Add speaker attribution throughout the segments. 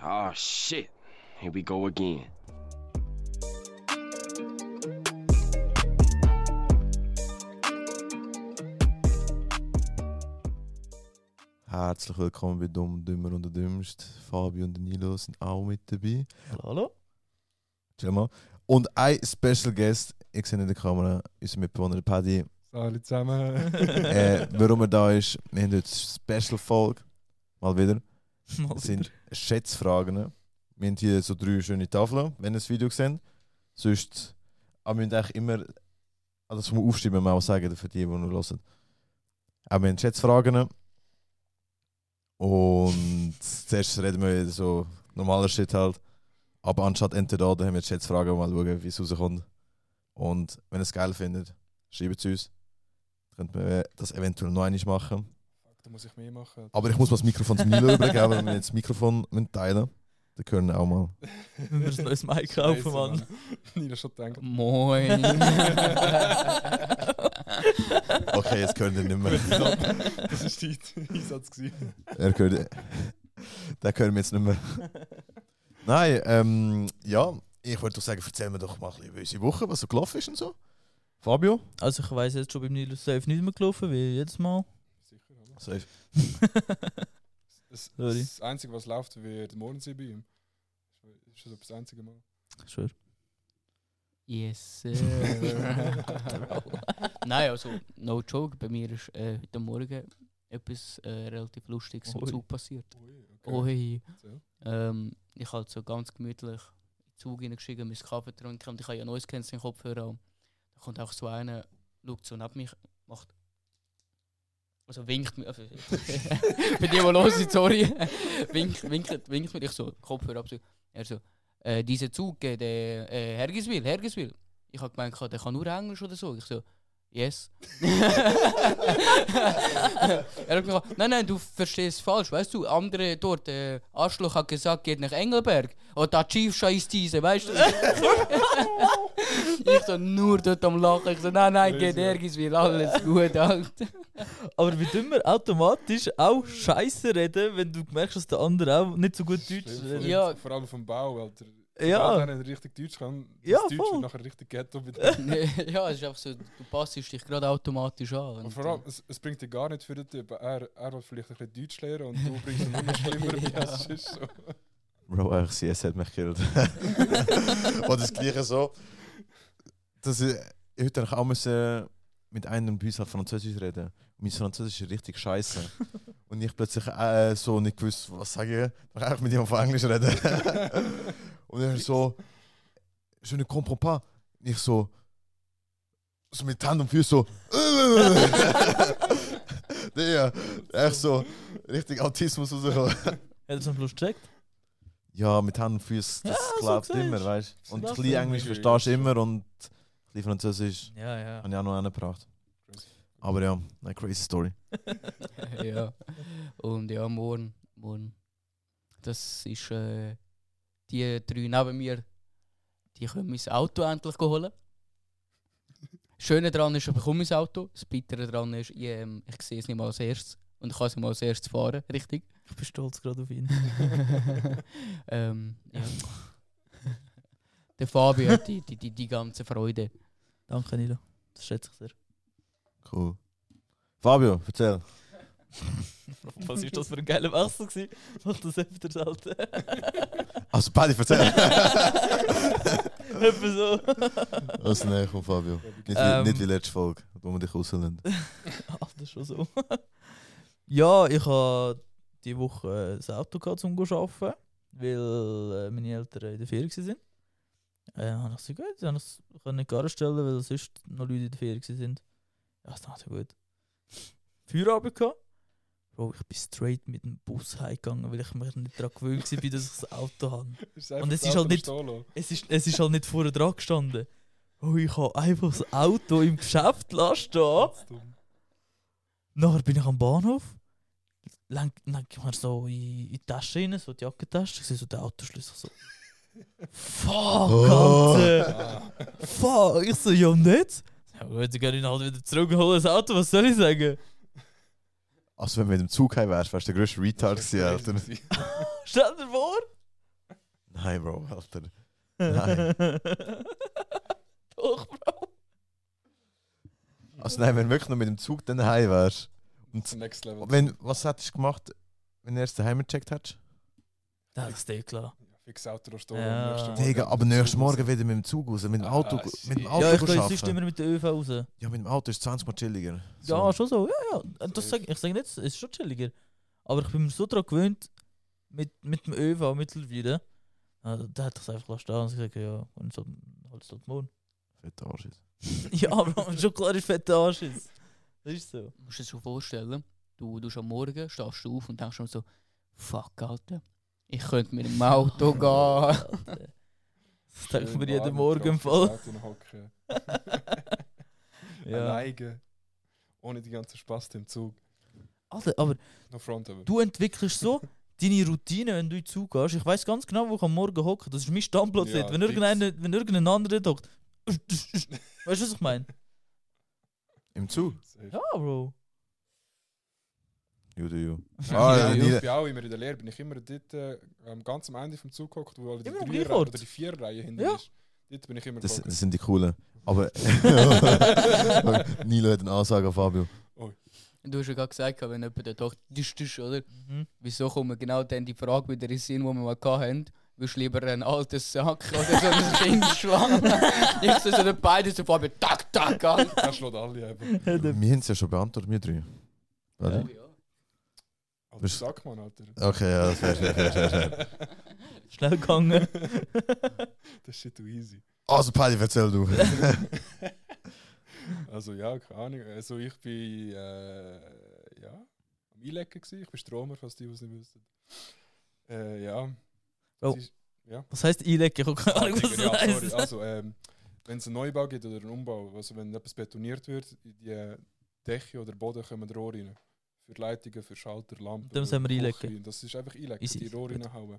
Speaker 1: Oh shit. Here we go again.
Speaker 2: Herzlich willkommen bei Dumm, Dümmer und der Dümmst. Fabio und Danilo sind auch mit dabei.
Speaker 3: Hallo?
Speaker 2: Schau mal. Und ein Special Guest, ich sehe in der Kamera, unser Mitbewohner Paddy.
Speaker 4: Hallo zusammen.
Speaker 2: Äh, warum er da ist, wir haben heute Special Folge. Mal wieder. Das sind Schätzfragen. ne? Wir haben hier so drei schöne Tafeln, wenn ihr das Video seht. Sonst aber wir müssen eigentlich immer, ah, das muss man aufschreiben, mal sagen, für die, die nur hören. Aber wir haben Schätzfragen. Und zuerst reden wir über so normaler Shit halt. Aber anstatt entweder da haben wir jetzt Schätzfragen, mal schauen, wie es rauskommt. Und wenn ihr es geil findet, schreibt es uns. Könnten wir das eventuell noch einmal machen.
Speaker 4: da muss ich mehr machen.
Speaker 2: Aber ich muss mal das Mikrofon zum Nilo übergeben, weil wir jetzt das Mikrofon müssen teilen Dann können wir auch mal.
Speaker 3: Wenn wir ein neues Mic kaufen, Mann.
Speaker 4: Nina schon denkt.
Speaker 5: Moin.
Speaker 2: Okay, jetzt können wir nicht mehr.
Speaker 4: Das ist dein Einsatz gewesen.
Speaker 2: Er gehört, den hören wir jetzt nicht mehr. Nein, ähm, ja, ich würde doch sagen, erzähl mir doch mal ein bisschen über unsere Woche, was so gelaufen ist und so. Fabio?
Speaker 3: Also ich weiss jetzt schon beim Nilo Safe nicht mehr gelaufen, wie jedes Mal.
Speaker 4: Sicher, oder?
Speaker 2: Safe.
Speaker 4: Das,
Speaker 3: Sorry.
Speaker 4: das Einzige, was läuft, wird morgen sein bei ihm. Das ist so das einzige Mal.
Speaker 3: Ich schwör.
Speaker 5: Yes, sir. Nein, also, no joke, bei mir ist äh, heute Morgen etwas äh, relativ Lustiges im
Speaker 3: Oi.
Speaker 5: Zug passiert.
Speaker 4: Ui, okay.
Speaker 3: Oh,
Speaker 5: Oi.
Speaker 4: So.
Speaker 5: Ähm, ich habe so ganz gemütlich in den Zug reingeschrieben, mein Kaffee getrunken und ich habe ja neues Canceling Kopfhörer an. Da kommt auch so einer, schaut so neben mich, macht. Also winkt mir. Also, bei dir, die los sind, sorry. winkt, winkt, winkt mir ich so Kopfhörer ab. So. Er so, äh, dieser Zug geht äh, äh, Hergiswil, Hergiswil. Ich habe gemeint, der kann nur Englisch oder so. Ich so, Yes. er hat gesagt, nein, nein, du verstehst falsch. Weißt du, andere dort, äh, Arschloch hat gesagt, geht nach Engelberg. Und da Chief scheißt diese, weißt du? ich so nur dort am Lachen. Ich so, nein, nein, geht nirgends wieder. Alles gut, Alter.
Speaker 3: Aber wie dümmer automatisch auch Scheiße reden, wenn du merkst, dass der andere auch nicht so gut Deutsch
Speaker 4: Schlimm,
Speaker 3: redet.
Speaker 5: Ja.
Speaker 4: Vor allem vom Bau, Alter.
Speaker 3: Ja.
Speaker 4: Wenn er richtig Deutsch kann, das
Speaker 3: Ja,
Speaker 4: Deutsch
Speaker 3: voll.
Speaker 4: wird nachher richtig ghetto. bei dir.
Speaker 5: ja, es ist einfach so, du passest dich gerade automatisch an.
Speaker 4: Und
Speaker 5: Und,
Speaker 4: vor allem, es, es bringt dir gar nicht für den Typen. Er, er will vielleicht ein bisschen Deutsch lernen und du bringst ihn immer schlimmer bei, als es ist. So.
Speaker 2: Bro, eigentlich CS hat mich gekillt. und das Gleiche so. Dass ich, ich heute eigentlich auch müssen mit einem bei uns halt Französisch reden. Und mein Französisch ist richtig scheiße. und ich plötzlich äh, so nicht gewusst, was sage ich. Dann kann ich mit jemandem auf Englisch reden. und er so, je ne comprends pas. Und ich so, so mit Hand und Füßen so, ja, echt so, richtig Autismus rausgekommen.
Speaker 3: Hat er zum Schluss gecheckt?
Speaker 2: Ja, mit Hand und Füßen, das
Speaker 3: Ja, so
Speaker 2: klappt
Speaker 3: siehst
Speaker 2: immer, weißt
Speaker 3: Das
Speaker 2: du? Und ein
Speaker 3: klappt
Speaker 2: bisschen
Speaker 3: immer.
Speaker 2: Englisch verstehst du immer und ein bisschen Französisch
Speaker 3: Ja, ja.
Speaker 2: habe ich auch noch gebracht.
Speaker 4: Crazy.
Speaker 2: Aber ja, eine crazy Story.
Speaker 5: äh, ja. Und ja, morgen, morgen. Das ist äh, die drei neben mir, die können mein Auto endlich holen. Schöne dran ist, ich bekomme mein Auto. Das Bittere dran ist, ich, ähm, ich sehe es nicht mal als erstes. Und ich kann es nicht mal als erstes fahren, richtig?
Speaker 3: Ich bin stolz gerade auf ihn.
Speaker 5: ähm, ja. Der Fabio hat die, die, die, die ganze Freude.
Speaker 3: Danke, Nilo. Das schätze ich sehr.
Speaker 2: Cool. Fabio, erzähl.
Speaker 3: Was ist das für ein geiler Wechsel gewesen? Mach das öfter selten.
Speaker 2: Also, Paddy, erzähl.
Speaker 3: Etwa so.
Speaker 2: Was nein, komm, Fabio. Nicht, wie-
Speaker 3: Ähm.
Speaker 2: nicht wie letzte Folge, wo wir dich rauslassen.
Speaker 3: Ah, das ist schon so. ja, ich habe diese Woche äh, das Auto gehabt, um zu arbeiten, weil äh, meine Eltern in der Ferien waren. Äh, dann habe ich gesagt, gut, dann konnte ich es nicht gar stellen, weil sonst noch Leute in der Ferien waren. Ja, das dachte ich gut. Feierabend gehabt. Bro, ich bin straight mit dem Bus heimgegangen, weil ich mich nicht daran gewöhnt war, dass ich das Auto habe.
Speaker 4: einfach
Speaker 3: es
Speaker 4: das
Speaker 3: ist halt
Speaker 4: Auto
Speaker 3: nicht-
Speaker 4: stehen lassen.
Speaker 3: Es ist, es ist halt nicht vorne dran gestanden. Oh, ich habe einfach das Auto im Geschäft lassen. stehen.
Speaker 4: Ganz dumm.
Speaker 3: Nachher bin ich am Bahnhof, lenk, lenk ich mir so in, in die Tasche rein, so die Jackentasche, ich sehe so den Autoschlüssel so. Fuck, Ah.
Speaker 2: Oh.
Speaker 4: Ah.
Speaker 3: Alter! Fuck! Ich so, ja nicht? Ja gut, dann gehe ich ihn halt wieder zurück und hole das Auto, was soll ich sagen?
Speaker 2: Also, wenn du mit dem Zug heim wärst, wärst du der grösste Retard
Speaker 4: Das
Speaker 2: gewesen,
Speaker 4: wär crazy
Speaker 2: Alter.
Speaker 4: gewesen.
Speaker 3: Stell dir vor,
Speaker 2: Nein, Bro, Alter.
Speaker 3: Doch, Bro.
Speaker 2: Also nein, wenn du wirklich noch mit dem Zug dann heim wärst. Und
Speaker 4: Next Level.
Speaker 2: wenn, was hättest du gemacht, wenn du erst daheim gecheckt hättest?
Speaker 3: Das ist dir klar.
Speaker 4: Fix Auto stehen.
Speaker 3: Ja.
Speaker 2: Digga, aber nächsten Morgen wieder mit dem Zug raus, mit dem
Speaker 4: Ah,
Speaker 2: Auto, mit
Speaker 4: shit.
Speaker 2: dem
Speaker 3: ja, ich
Speaker 2: Auto
Speaker 3: gehe
Speaker 2: ja,
Speaker 3: sonst immer mit der ÖV raus. Ja,
Speaker 2: Ja, mit dem Auto ist 20 Mal chilliger.
Speaker 3: schon so. Ja, ja. Das sag, ich sage nicht, es ist schon chilliger. Aber ich bin mir so daran gewöhnt, mit, mit dem ÖV mittlerweile. Also, da hat ich es einfach lassen stehen und gesagt, ja, und so, halt so den Mund.
Speaker 2: Fetter Arsch jetzt.
Speaker 3: ja, Bro, schon klar ist fetter Arsch ist. Das ist so.
Speaker 5: Du musst dir das so vorstellen, du, du am Morgen, stehst du auf und denkst schon so, fuck, Alter, ich könnte mit dem Auto gehen.
Speaker 3: Alter.
Speaker 4: eh,
Speaker 3: Äh, Das denken wir jeden Morgen im Fall. Ja.
Speaker 4: Alleine. Ohne die ganzen Spaß im Zug.
Speaker 3: Alter, aber
Speaker 4: No front aber.
Speaker 3: du entwickelst so deine Routine, wenn du in den Zug gehst. Ich weiß ganz genau, wo ich am Morgen hocke. Das ist mein Stammplatz
Speaker 4: Ja,
Speaker 3: dort. Wenn,
Speaker 4: fix.
Speaker 3: irgendeiner, wenn irgendein anderer dort hockt. Weißt du, was ich meine?
Speaker 2: Im Zug?
Speaker 4: Safe.
Speaker 3: Ja, Bro.
Speaker 2: You do you.
Speaker 4: Ah,
Speaker 2: Ah,
Speaker 4: ja,
Speaker 2: ja,
Speaker 4: ich
Speaker 2: nie-
Speaker 4: bin auch immer in der Lehre, bin ich immer dort äh, am- ganz am Ende vom Zug gehockt, wo alle die
Speaker 3: Immer am
Speaker 4: drei
Speaker 3: gleichen Ort.
Speaker 4: oder die vier Reihen hinten
Speaker 3: Ja.
Speaker 4: ist. Dort bin ich immer
Speaker 2: Das,
Speaker 4: gehockt.
Speaker 2: das sind die coolen. Aber Nilo hat eine Ansage an Fabio.
Speaker 5: Du hast ja gerade gesagt, wenn jemand dort hockt, düst, düst, oder?
Speaker 3: Mhm.
Speaker 5: Wieso kommt mir genau dann die Frage wieder in den Sinn, die wir mal hatten? Willst du lieber einen alten Sack oder so einen Stinkschwamm? ich so, so beide so vor mir, tak, tak, Alter.
Speaker 4: Das schlägt alle eben.
Speaker 2: Wir haben es ja schon beantwortet, wir drei. Warte.
Speaker 4: Alter,
Speaker 2: Bist-
Speaker 4: sag mal, Alter.
Speaker 2: Okay, ja, das wäre fair, fair, fair, fair.
Speaker 3: Schnell gegangen.
Speaker 4: Das ist shit too easy.
Speaker 2: Also, Paddy, erzähl du.
Speaker 4: Also ja, keine Ahnung. Also ich bin äh, ja, am Einlecken gewesen. Ich bin Stromer, falls die was nicht wissen. Äh, ja.
Speaker 3: Oh.
Speaker 4: Das ist- ja.
Speaker 3: Was heisst einlegen? Ich habe keine Ahnung, was
Speaker 4: ja,
Speaker 3: das
Speaker 4: sorry.
Speaker 3: heisst.
Speaker 4: Also ähm, wenn es einen Neubau gibt oder einen Umbau, also wenn etwas betoniert wird, in die äh, Dächer oder Boden kommen Rohre rein. Für Leitungen, für Schalter, Lampen.
Speaker 3: Dem sollen wir
Speaker 4: Küche.
Speaker 3: einlegen.
Speaker 4: Und Das ist einfach einlecken,
Speaker 3: Easy,
Speaker 4: die Rohre
Speaker 3: gut.
Speaker 4: reinhauen.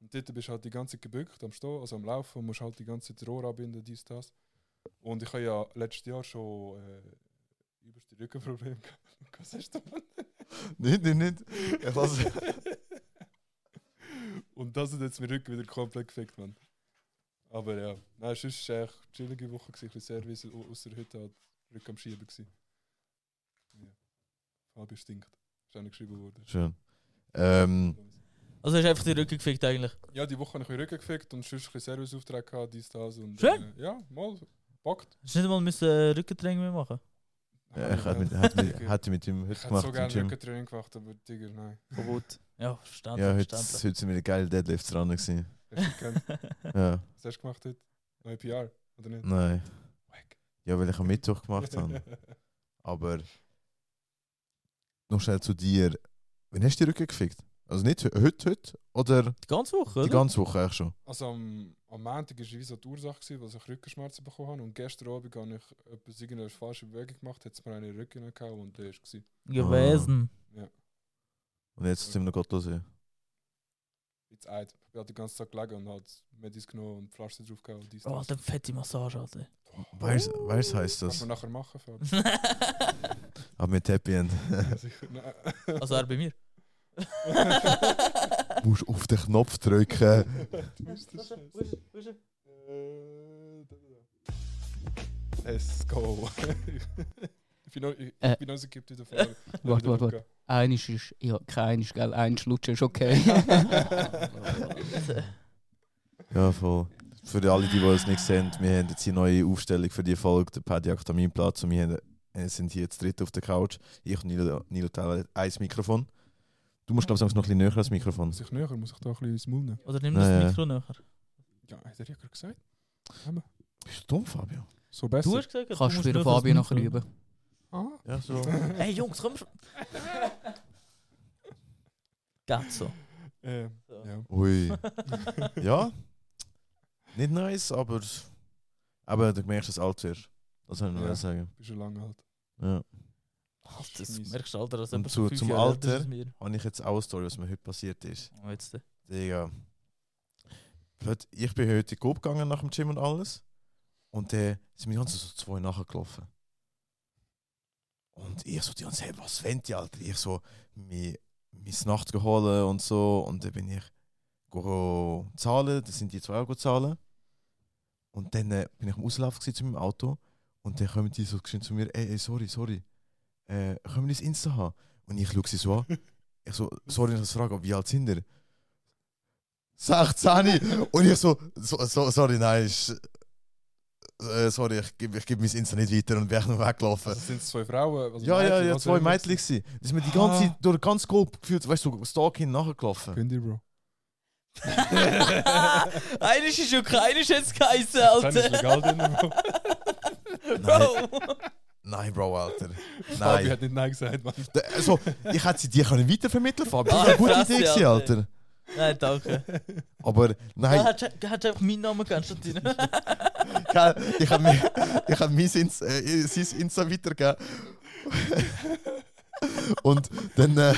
Speaker 4: Und dort bist du halt die ganze Zeit gebückt am Stehen, also am Laufen und musst halt die ganze Zeit Rohr anbinden, dies, das. Und ich habe ja letztes Jahr schon äh, übelste Rückenprobleme gehabt. Was hast du Mann?
Speaker 2: nicht, nicht, nicht. Ich lasse.
Speaker 4: Und das hat jetzt meinen Rücken wieder komplett gefickt, Mann. Aber ja, nein, sonst war es echt eine chillige Woche, gewesen, ein bisschen Service, au- außer heute halt Rücken am Schieben. Gewesen. Ja. Fabi stinkt. Ist auch nicht geschrieben worden.
Speaker 2: Schön. Ähm,
Speaker 3: Also hast du einfach die Rücken gefickt eigentlich.
Speaker 4: Ja, die Woche habe ich meinen Rücken gefickt und sonst ein bisschen Serviceauftrag gehabt, dies, das. Und,
Speaker 3: Schön.
Speaker 4: Äh, ja, mal, packt.
Speaker 3: Hast du nicht mal müssen, äh, Rückentraining mehr machen
Speaker 2: ja, ich hätte mit, hätte mit, hätte mit ihm heute
Speaker 4: Ich hätte
Speaker 2: gemacht.
Speaker 4: so
Speaker 2: im
Speaker 4: gerne
Speaker 2: Gym.
Speaker 4: Rückentraining gemacht, aber Digga, nein.
Speaker 3: Verbot. Ja, verstanden.
Speaker 2: Ja, heute, heute
Speaker 3: verstanden.
Speaker 2: sind wir geile Deadlifts dran. Gewesen.
Speaker 4: Hast du nicht gekannt?
Speaker 2: Ja,
Speaker 4: Was hast du gemacht heute? Neue PR, oder nicht? Oh
Speaker 2: nein.
Speaker 4: Wack.
Speaker 2: Ja, weil ich am Mittwoch gemacht habe. Aber noch schnell zu dir. Wann hast du die Rücken gefickt? Also nicht hö- heute, heute oder
Speaker 3: Die ganze Woche,
Speaker 2: die
Speaker 3: oder?
Speaker 2: ganze Woche eigentlich schon?
Speaker 4: Also am, am Montag war wie so die Ursache, gewesen, dass ich Rückenschmerzen bekommen habe. Und gestern Abend habe ich etwas irgendeine falsche Bewegung gemacht, hat es mir eine Rücken gehauen und der ist gewesen.
Speaker 3: Gewesen.
Speaker 2: Und jetzt sind wir noch gottlos. ja.
Speaker 4: Jetzt eid. Ich habe den ganzen Tag gelegen und halt Medis genommen und Pflaster drauf gehauen
Speaker 2: Ah.
Speaker 4: und dies,
Speaker 3: Oh,
Speaker 4: das.
Speaker 3: dann fette Massage, Alter.
Speaker 2: Weißt du, heisst
Speaker 4: Kannst du
Speaker 2: das?
Speaker 4: nachher machen, Fabi?
Speaker 2: Aber mit Happy End.
Speaker 4: Sicher, nein.
Speaker 3: also er bei mir.
Speaker 2: Du musst auf den Knopf drücken.
Speaker 4: Du musst
Speaker 5: Also,
Speaker 4: das Scheiß. Äh, da, da, da. Let's go. ich bin noch, ich,
Speaker 5: Äh.
Speaker 4: ich bin noch so gekippt wieder vorne.
Speaker 5: Warte, warte, warte. Eines ist, ja, keines, gell, ein Schlutschen ist okay.
Speaker 2: Ja, voll. Für alle, die, die es nicht sehen, wir haben jetzt die neue Aufstellung für die Folge, der Paddy jagt an meinem Platz und wir haben, äh, sind hier jetzt dritt auf der Couch. Ich und Nilo, Nilo teilen ein Mikrofon. Du musst, glaube ich, sonst noch ein bisschen näher ans Mikrofon.
Speaker 4: Muss ich näher? Muss ich da ein bisschen ins Maul nehmen?
Speaker 3: Oder nimm
Speaker 2: Ja,
Speaker 3: das
Speaker 2: ja.
Speaker 3: Mikro näher.
Speaker 4: Ja, hat er ja gerade gesagt.
Speaker 2: Bist du dumm, Fabio?
Speaker 4: So besser.
Speaker 3: Du hast gesagt, du
Speaker 5: Kannst du
Speaker 3: musst
Speaker 5: für
Speaker 3: näher
Speaker 5: den Fabi
Speaker 3: ans
Speaker 5: noch
Speaker 3: Mikro.
Speaker 5: üben.
Speaker 4: Ah.
Speaker 2: Ja, so.
Speaker 3: Hey Jungs, komm schon. Geht so.
Speaker 4: Ähm,
Speaker 3: So.
Speaker 4: ja.
Speaker 2: Ui. ja. Nicht nice, aber. Aber du merkst, dass du alt wirst. Das soll ich noch
Speaker 4: Ja.
Speaker 2: sagen.
Speaker 4: Bist schon lange halt. alt.
Speaker 2: Ja.
Speaker 3: Alter, das
Speaker 4: Scheiße.
Speaker 3: merkst du, Alter, dass
Speaker 2: Und
Speaker 3: jemand
Speaker 2: zu-
Speaker 3: von fünf
Speaker 2: zum
Speaker 3: Jahren älter
Speaker 2: Alter.
Speaker 3: ist als wir.
Speaker 2: Habe ich jetzt auch eine Story, was mir heute passiert ist.
Speaker 3: Oh, jetzt. äh.
Speaker 2: Digga. Heute- Ich bin heute gut gegangen nach dem Gym und alles. Und dann sind mir die ganze Zeit so zwei nachgelaufen. Und ich so die ganze Zeit, hey, was wollt ihr, Alter? Ich so, mir mein Nacht geholt und so. Und dann bin ich go zahlen, das sind die 2 Euro zahlen. Und dann äh, bin ich am Auslaufen gewesen zu meinem Auto und dann kommen die so geschwind zu mir, ey, ey sorry, sorry, äh, können wir das Insta haben? Und ich schaue sie so an, ich so, sorry, ich muss fragen, wie alt sind ihr? 16! Und ich so, so, so sorry, nein, ist, äh, sorry, ich gebe ich geb mein Insta nicht weiter und wäre noch weggelaufen.
Speaker 4: Also sind es zwei Frauen? Also
Speaker 2: Ja, ja,
Speaker 4: Mädchen,
Speaker 2: ja,
Speaker 4: was
Speaker 2: zwei
Speaker 4: auch immer.
Speaker 2: Mädchen waren. Das ist mir die ganze Zeit durch ganz grob gefühlt, weißt du, so Stalk hin nachgelaufen.
Speaker 4: Könnt ihr, Bro?
Speaker 3: Eines ist schon keines jetzt geheißen,
Speaker 4: Das ist
Speaker 3: Alter. Oh.
Speaker 4: legal drin, Bro.
Speaker 3: Bro.
Speaker 2: Nein, Bro, Alter.
Speaker 4: Fabi
Speaker 2: Nein.
Speaker 4: hat nicht Nein gesagt, Mann.
Speaker 2: Da- Also, ich hätte sie dir können weitervermitteln können, Das
Speaker 3: Ah,
Speaker 2: war eine gute
Speaker 3: Fresse,
Speaker 2: Idee, gewesen,
Speaker 3: Alter.
Speaker 2: Alter.
Speaker 3: Nein, danke.
Speaker 2: Aber
Speaker 3: Hey.
Speaker 2: nein,
Speaker 3: Hat, hat einfach meinen Namen gehabt, statt deinen.
Speaker 2: gell, ich habe mir- ich hab mein Insta, äh, sein Insta weitergegeben. Und dann. Äh,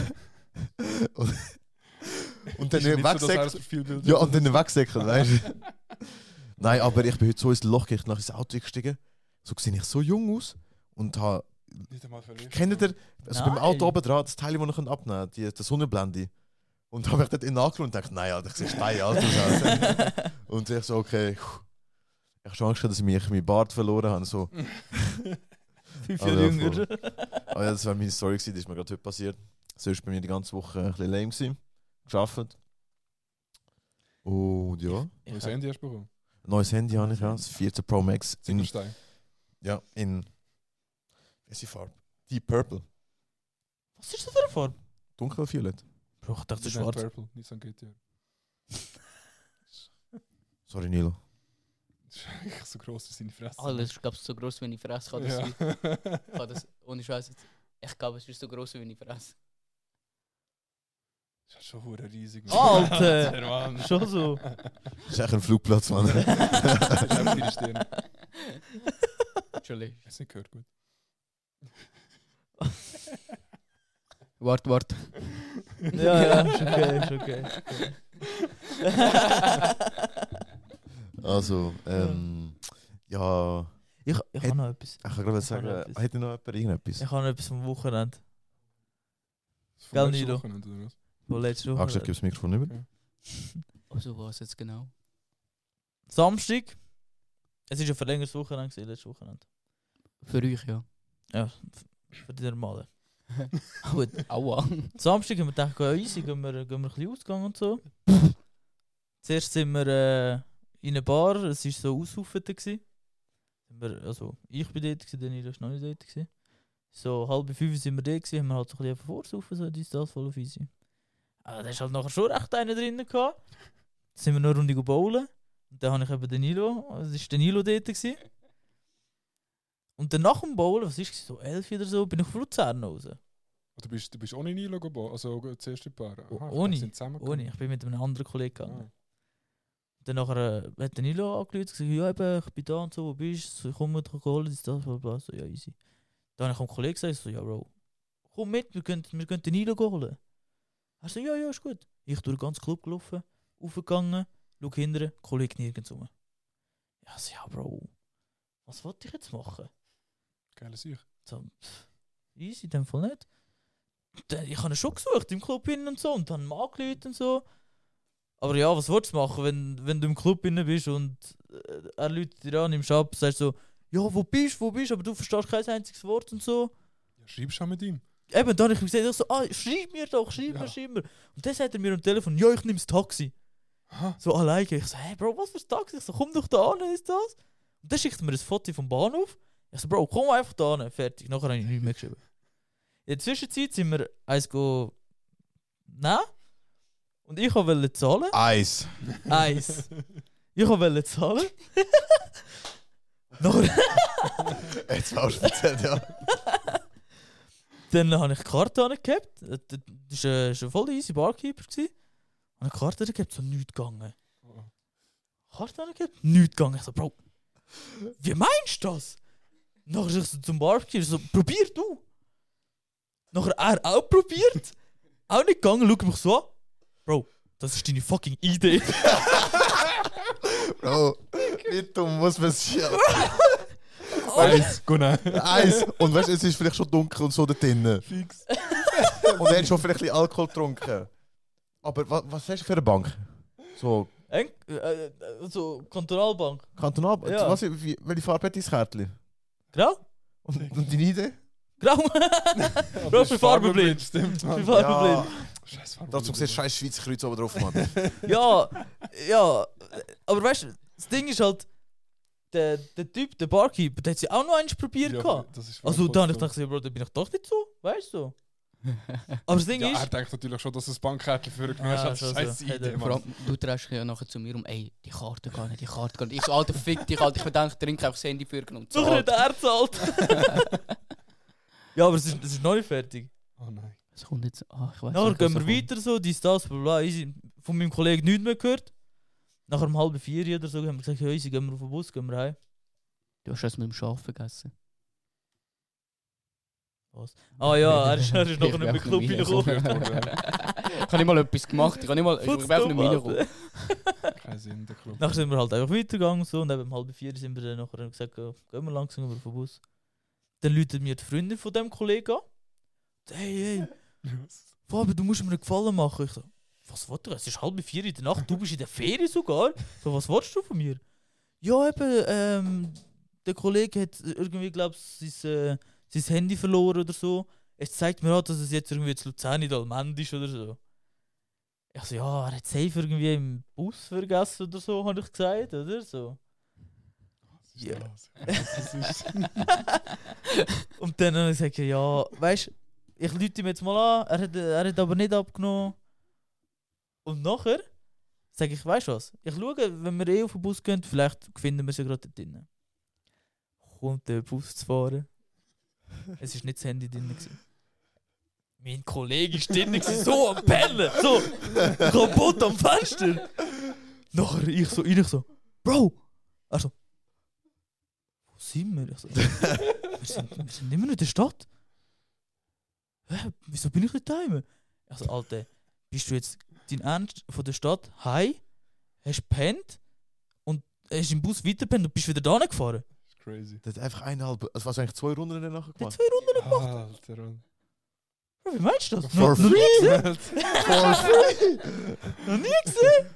Speaker 2: und, und dann
Speaker 4: Ist ja nicht so, dass er
Speaker 2: wegsäckelt.
Speaker 4: das Profilbild
Speaker 2: Ja,
Speaker 4: hat.
Speaker 2: und dann wegsäckeln, weißt du? Nein, aber ich bin heute so ins Loch gegangen, nach ins Auto gestiegen. So sehe ich so jung aus und habe.
Speaker 4: Nicht einmal verliebt.
Speaker 2: Kennt ihr, also beim
Speaker 3: Nein.
Speaker 2: Auto oben dran, das Teil, das ich abnehmen kann, die, die Sonnenblende. Und habe ich dort in angeschaut und dachte, nein, Alter, ich sehe steil alt aus. Alter. und ich so, okay. puh. Ich habe schon Angst, gehabt, dass ich mich meinen Bart verloren habe. So,
Speaker 3: Fünf
Speaker 2: Ah, ja,
Speaker 3: Jahre jünger.
Speaker 2: ah ja, das war meine Story, gewesen, das ist mir gerade heute passiert. Sonst war bei mir die ganze Woche ein bisschen lame. Gewesen. Geschafft. Und ja.
Speaker 4: Neues Handy hast du
Speaker 2: Hm.
Speaker 4: bekommen.
Speaker 2: Neues Handy habe ich, ja. Das 14 Pro Max. In,
Speaker 4: Silberstein.
Speaker 2: ja, in. Was ist die Farbe? Deep Purple.
Speaker 3: Was ist das für eine Farbe?
Speaker 2: Dunkelviolett.
Speaker 3: Bro, ich dachte
Speaker 4: Nicht
Speaker 3: schwarz.
Speaker 4: Purple, Nissan GTR.
Speaker 2: Sorry, Nilo.
Speaker 4: Das ist eigentlich so gross wie seine Fresse.
Speaker 5: Alles ist, glaube ich, so groß wie eine Fresse kann das
Speaker 4: Ja.
Speaker 5: sein. Kann das, ohne Scheiß jetzt. Ich glaube, es ist so groß wie eine Fresse.
Speaker 4: Das ist schon hure riesig.
Speaker 3: Alter!
Speaker 4: Mann.
Speaker 3: Schon so.
Speaker 2: Das ist echt ein Flugplatz, Mann.
Speaker 4: auch viele Stirn.
Speaker 5: Entschuldigung.
Speaker 4: Hast du nicht gehört, gut.
Speaker 5: Wart, wart.
Speaker 3: Ja, ja, ist okay, ist okay.
Speaker 2: Also, ähm. Ja.
Speaker 3: Ich, ich habe noch etwas.
Speaker 2: Ich kann gerade
Speaker 3: Ich habe
Speaker 2: sagen,
Speaker 3: noch
Speaker 2: hätte
Speaker 3: etwas.
Speaker 2: noch jemand irgendetwas?
Speaker 3: Ich habe noch etwas vom Wochenende.
Speaker 4: Das
Speaker 3: Gell,
Speaker 4: letzte
Speaker 3: Nilo?
Speaker 4: Wochenende, oder was?
Speaker 3: Von letzter Woche.
Speaker 2: Angst, ich gebe das Mikrofon über.
Speaker 5: Also was jetzt genau?
Speaker 3: Samstag. Es war ein verlängertes Wochenende, gewesen, letztes Wochenende.
Speaker 5: Für euch, ja.
Speaker 3: Ja, für die normalen.
Speaker 5: Gut, aua.
Speaker 3: Samstag haben wir gedacht, ja, easy, gehen wir, gehen wir ein bisschen ausgehen und so. Zuerst sind wir äh, in eine Bar, es war so ausrufend. Gewesen. Sind wir, also, ich bin dort, gewesen, Daniel war noch nicht dort. Gewesen. So halb fünf sind wir dort, gewesen, haben wir halt so ein bisschen vorsaufen, so dies, das, voll auf easy. Aber da ist halt nachher schon recht einer drin. Gehabt. Dann sind wir noch eine Runde bowlen. Und dann habe ich eben Danilo, es war Danilo dort. Gewesen. Und dann nach dem Bowlen, was war es, so elf oder so, bin ich auf Luzern raus.
Speaker 4: Du bist, du bist ohne Nilo geboren, also das erste Paar. Aha, ich dachte,
Speaker 3: ohne,
Speaker 4: sie sind zusammengekommen.
Speaker 3: Ohne, ich bin mit einem anderen Kollegen gegangen.
Speaker 4: Ah.
Speaker 3: Dann nachher äh, hat der Nilo angerufen gesagt, ja eben, ich bin da und so, wo bist du? Komm mit Alkohol, das, das, bla bla, so, ja easy. Dann habe ich einem Kollegen gesagt, so, ja Bro, komm mit, wir können, wir können den Nilo holen. Er so, ja, ja, ist gut. Ich durch den ganzen Club gelaufen, aufgegangen, schau hinterher, Kollege nirgends rum. Ja, so, ja Bro, was wollte ich jetzt machen?
Speaker 4: Geile Sache.
Speaker 3: So, pff, easy, in dem Fall nicht. Dann- Ich habe ihn schon gesucht im Club hin und so und dann mal angerufen und so. Aber ja, was willst du machen, wenn, wenn du im Club drin bist und äh, er läutet dir an im Shop, sagst so, ja, wo bist du, wo bist du, aber du verstehst kein einziges Wort und so.
Speaker 4: Ja, schreibst du auch mit ihm?
Speaker 3: Eben, dann habe ich ihm gesagt, ich so, ah, schreib mir doch, schreib
Speaker 4: Ja.
Speaker 3: mir, schreib mir. Und dann sagt er mir am Telefon, ja, ich nehme das Taxi.
Speaker 4: Aha.
Speaker 3: So alleine. Ich so, hey Bro, was für ein Taxi? Ich so, komm doch da hin, ist das? Und dann schickt er mir ein Foto vom Bahnhof. Ich so, Bro, komm einfach da hin. Fertig. Nachher habe ich nichts mehr geschrieben. In der Zwischenzeit sind wir eins go... Nein. Und ich wollte zahlen.
Speaker 2: Eis.
Speaker 3: Eins. Ich wollte zahlen. Nachher
Speaker 2: Jetzt hast du erzählt, ja.
Speaker 3: Dann habe ich die Karte angehabt. Das war äh, ist ein voll easy Barkeeper. Gewesen. Habe ich die Karte angehabt, so nichts gegangen.
Speaker 4: Oh, oh.
Speaker 3: Karte angehabt, nichts gegangen. Ich so, Bro, wie meinst du das? Nachher ist ich so zum Barkeeper, so, probier du. Nachher er auch probiert. auch nicht gegangen, schaut mich so an. Bro, das ist deine fucking Idee.
Speaker 2: Bro, wie dumm muss man sich hier.
Speaker 4: Eis, genau.
Speaker 2: Eis. Und weißt du, es ist vielleicht schon dunkel und so da drinnen.
Speaker 4: Fix.
Speaker 2: Und er hat schon vielleicht ein bisschen Alkohol getrunken. Aber was, was hast du für eine Bank? So,
Speaker 3: Eng, äh, äh, so Kantonalbank.
Speaker 2: Kantonal.
Speaker 3: Ja.
Speaker 2: Was, wie, welche Farbe hat dein Kärtchen?
Speaker 3: Grau?
Speaker 2: Und, und deine Idee?
Speaker 3: Grau?
Speaker 4: Aber
Speaker 3: Bro,
Speaker 4: ist
Speaker 3: für Farbenblind.
Speaker 4: Stimmt,
Speaker 3: Für
Speaker 4: Mann.
Speaker 3: Farbenblind.
Speaker 4: Scheiß Farbenblind.
Speaker 2: Dazu siehst du scheiß Schweizer Kreuz oben drauf, Mann.
Speaker 3: Ja, ja. Aber weißt du, das Ding ist halt, der, der Typ, der Barkeeper, der hat sie auch noch eins probiert.
Speaker 4: Ja,
Speaker 3: gehabt.
Speaker 4: das ist
Speaker 3: Also da habe ich
Speaker 4: voll-
Speaker 3: gedacht, Bro, da bin ich doch nicht so, weißt du? Aber das Ding
Speaker 4: Ja, er
Speaker 3: ist.
Speaker 4: denkt natürlich schon, dass das Bankkärtchen für ihn genommen
Speaker 3: Ah,
Speaker 4: hat.
Speaker 3: so, so.
Speaker 4: Scheiß
Speaker 3: Hat
Speaker 4: Idee,
Speaker 3: er-
Speaker 5: Vor
Speaker 4: Mann.
Speaker 5: allem, du drehst ja nachher zu mir um, ey, die Karte gar nicht, die Karte gar nicht. Ich so, Alter, fick dich, Alter, ich bedenke, ich trinke einfach das Handy für genommen.
Speaker 3: Doch nicht er zahlt. ja, aber es ist, es ist noch nicht fertig.
Speaker 4: Oh nein.
Speaker 5: Es kommt jetzt, ah, ich weiß
Speaker 3: Nachher gehen wir weiter so, dies, das, bla bla. Ich von meinem Kollegen nichts mehr gehört. Nachher um halb vier oder so haben wir gesagt, hey, sie gehen wir auf den Bus, gehen wir heim.
Speaker 5: Du hast das mit dem Schaf vergessen.
Speaker 3: Ah ja, er ist, er ist nachher
Speaker 5: Ich
Speaker 3: nicht mehr
Speaker 5: bin
Speaker 3: Club
Speaker 5: auch nicht
Speaker 3: reingekommen.
Speaker 5: ich habe nicht mal etwas gemacht, ich habe nicht mal, ich bin einfach nicht mehr reingekommen.
Speaker 4: Kein Sinn, der Club.
Speaker 3: Nachher sind wir halt einfach weitergegangen so, und eben um halb vier sind wir dann nachher und gesagt, ja, gehen wir langsam über den Bus. Dann läutet mir die Freundin von dem Kollegen an. Hey, hey, Fabi, du musst mir einen Gefallen machen. Ich so, was willst du? Es ist halb vier in der Nacht, du bist in der Ferie sogar. So, was willst du von mir? Ja, eben, ähm, der Kollege hat irgendwie, glaube ich, sein, äh, sein Handy verloren oder so. Es zeigt mir an, dass es jetzt irgendwie zu Luzern in Almend ist oder so. Ich so, ja, er hat safe irgendwie im Bus vergessen oder so, habe ich gesagt, oder so.
Speaker 4: Was ist das? Was ist-
Speaker 3: Und dann habe ich gesagt, ja, weißt ich lüte ihm jetzt mal an, er hat, er hat aber nicht abgenommen. Und nachher sage ich, weißt du was, ich schaue, wenn wir eh auf den Bus gehen, vielleicht finden wir sie gerade dort drinnen. Kommt der Bus zu fahren. Es war nicht das Handy drin. Gewesen. Mein Kollege ist drinnen, gewesen, so am Pellen, so kaputt am Fenster. Nachher ich so rein, ich so, Bro! Er so, wo sind wir? Ich so, wir sind, wir sind immer noch in der Stadt. Hä, wieso bin ich nicht daheim? Also, Alter, bist du jetzt dein Ernst von der Stadt heim, hast gepennt und hast im Bus weiterpennt und bist wieder da gefahren?
Speaker 4: Crazy.
Speaker 2: Das hat einfach eineinhalb. Also, was eigentlich zwei Runden danach
Speaker 3: Der hat
Speaker 2: gemacht?
Speaker 3: zwei Runden gemacht.
Speaker 4: Alter, Mann.
Speaker 3: Bro, Wie meinst du das?
Speaker 2: For
Speaker 3: Noch- noch nie gesehen?
Speaker 2: For free!
Speaker 3: Noch nie gesehen?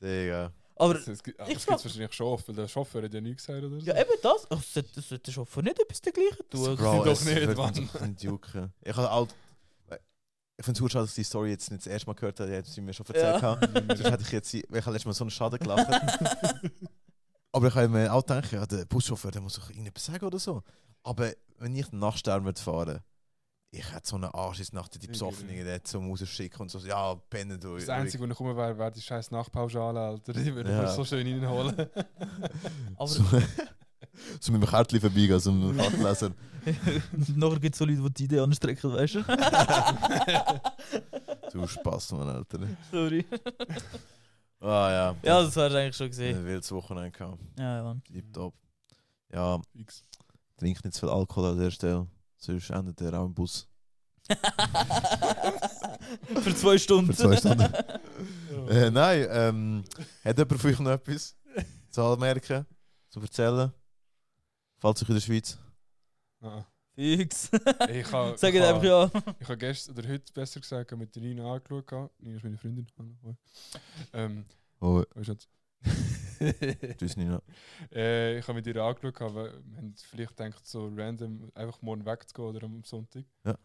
Speaker 2: Digga.
Speaker 3: Aber
Speaker 4: Das das gibt es
Speaker 3: frag-
Speaker 4: wahrscheinlich schon oft, weil der Chauffeur hat ja nichts gesagt oder so.
Speaker 3: ja, eben das. Ach, das sollte- das sollte der Chauffeur nicht etwas dergleichen tun.
Speaker 4: doch
Speaker 2: es
Speaker 4: nicht,
Speaker 2: wird
Speaker 4: Mann.
Speaker 2: doch nicht jucken. Ich habe alt. Ich finde es gut schade, dass ich die Story jetzt nicht das erste Mal gehört habe, die hat sie mir schon erzählt. Ja.
Speaker 3: Ja.
Speaker 2: Sonst hätte ich jetzt, weil ich habe letztes Mal so einen Schaden gelacht. Aber ich habe mir auch gedacht, ja, der Buschauffeur, der muss doch irgendetwas sagen oder so. Aber wenn ich nachsterben würde fahren, ich hätte so einen Arsch ins Nacht, die
Speaker 4: Ja,
Speaker 2: Besoffenen, der zum rausschicken und so, ja, pennen du.
Speaker 4: Das Einzige, was ich rum wäre, wäre die scheiß Nachpauschale, Alter. Die würde
Speaker 2: Ja.
Speaker 4: man so schön reinholen.
Speaker 3: Aber
Speaker 2: so, so mit dem Kärtchen vorbeigehen, so mit dem Kartenleser.
Speaker 3: nachher gibt es so Leute, die die Idee anstrecken, weißt du?
Speaker 2: Du Spaß, Mann, Alter.
Speaker 3: Sorry.
Speaker 2: Ah ja.
Speaker 3: Ja, das hast du eigentlich schon gesehen.
Speaker 2: Ein wildes Wochenende gehabt.
Speaker 3: Ja, Mann.
Speaker 2: Tipptopp. Ja,
Speaker 4: Fix.
Speaker 2: trink nicht zu viel Alkohol an der Stelle. Sonst endet der auch im Bus.
Speaker 3: Für zwei Stunden.
Speaker 2: Für zwei Stunden.
Speaker 4: Oh.
Speaker 2: äh, nein, ähm, hat jemand von euch noch etwas zu anmerken, zu erzählen? Falls euch in der Schweiz.
Speaker 4: Ah.
Speaker 3: Fix.
Speaker 4: Ey, Ich habe
Speaker 3: Sag jetzt
Speaker 2: Ah.
Speaker 3: einfach ja.
Speaker 4: Ich habe gestern oder heute besser gesagt mit der Nina angeschaut. gehabt. Nina ist meine Freundin. Hallo, hoi. Ähm,
Speaker 2: Oh,
Speaker 4: wo ist jetzt?
Speaker 2: tschüss Nina.
Speaker 4: äh, ich habe mit ihr angeschaut, gehabt, weil wir haben vielleicht gedacht, so random einfach morgen wegzugehen oder am Sonntag.
Speaker 2: Ja.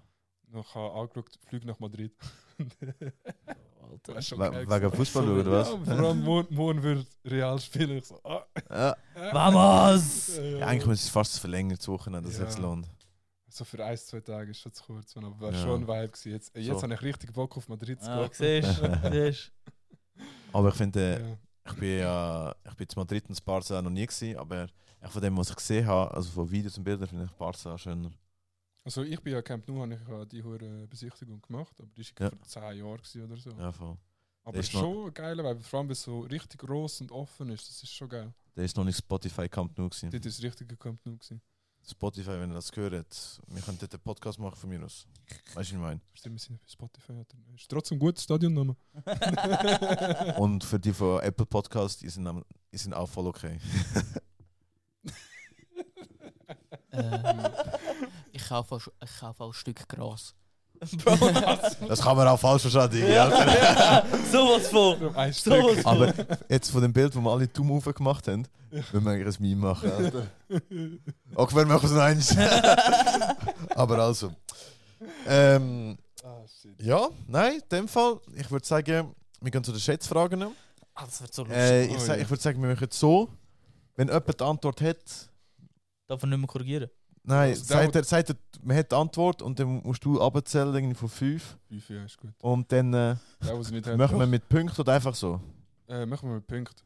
Speaker 4: Und ich habe angeschaut, Flug nach Madrid.
Speaker 3: Alter.
Speaker 4: Das ist schon
Speaker 2: We-
Speaker 4: geil
Speaker 2: Wegen
Speaker 4: gewesen.
Speaker 2: Fußball schauen, oder
Speaker 4: Ja,
Speaker 2: was?
Speaker 4: vor allem morgen, morgen wird Real spielen. Ich so, ah,
Speaker 2: Ja,
Speaker 3: Vamos!
Speaker 4: äh,
Speaker 2: ja, eigentlich müssen wir es fast verlängern, das Wochenende, das
Speaker 4: Ja.
Speaker 2: jetzt lohnt.
Speaker 4: So für ein, zwei Tage ist schon zu kurz, Mann, aber wäre
Speaker 2: Ja.
Speaker 4: schon ein Vibe gewesen. Jetzt, äh, jetzt
Speaker 2: So.
Speaker 4: habe ich richtig Bock auf Madrid zu
Speaker 3: Ah,
Speaker 4: gehen.
Speaker 3: siehst du, siehst
Speaker 2: Aber ich finde, äh,
Speaker 4: Ja.
Speaker 2: ich bin ja ich bin zu Madrid und zu Barca noch nie gewesen, aber ich von dem, was ich gesehen habe, also von Videos und Bildern, finde ich Barca schöner.
Speaker 4: Also ich bin ja Camp Nou, habe ich ja die hohe Besichtigung gemacht, aber die war
Speaker 2: Ja.
Speaker 4: vor 10 Jahren gewesen oder so.
Speaker 2: Ja, voll.
Speaker 4: Aber
Speaker 2: Ist noch-
Speaker 4: schon geil, weil vor allem, wenn es so richtig groß und offen ist, das ist schon geil.
Speaker 2: Der ist noch nicht Spotify Camp Nou gewesen.
Speaker 4: Dort ist das richtige Camp Nou gewesen.
Speaker 2: Spotify, wenn ihr das hört, wir können dort einen Podcast machen von mir aus. Weißt du, was ich meine?
Speaker 4: Verstehen wir sind auf Spotify. Oder? Ist trotzdem ein gutes Stadionname.
Speaker 3: du.
Speaker 2: Und für die von Apple Podcast, die sind, am- die sind auch voll okay.
Speaker 5: Ähm, ich kaufe auch, ich kaufe auch ein Stück Gras.
Speaker 3: Bro, was?
Speaker 2: Das kann man auch falsch verstehen, Digi.
Speaker 3: Ja.
Speaker 2: Alter.
Speaker 3: Sowas von.
Speaker 4: Darum ein
Speaker 3: Sowas
Speaker 4: Stück.
Speaker 3: von.
Speaker 2: Aber jetzt von dem Bild, wo wir alle dumm Move gemacht haben, müssen wir eigentlich ein Meme machen. Alter. Auch wenn wir es noch eins. Aber also. Ähm,
Speaker 4: Ah, shit.
Speaker 2: ja, nein, in dem Fall, ich würde sagen, wir gehen zu den Schätzfragen.
Speaker 3: Ah, das wird so lustig.
Speaker 2: Äh,
Speaker 4: Oh
Speaker 2: ich sag, ich würde sagen, wir machen es so. Wenn jemand die Antwort hat,
Speaker 3: Darf man nicht mehr korrigieren?
Speaker 2: nein,
Speaker 4: Also der,
Speaker 2: sagt er, sagt er, man hat die Antwort und dann musst du abzählen irgendwie von 5
Speaker 4: Wie viel ist gut?
Speaker 2: und dann äh,
Speaker 4: Der, was nicht hat.
Speaker 2: machen wir mit Punkten oder einfach so.
Speaker 4: Äh, machen wir mit Punkt.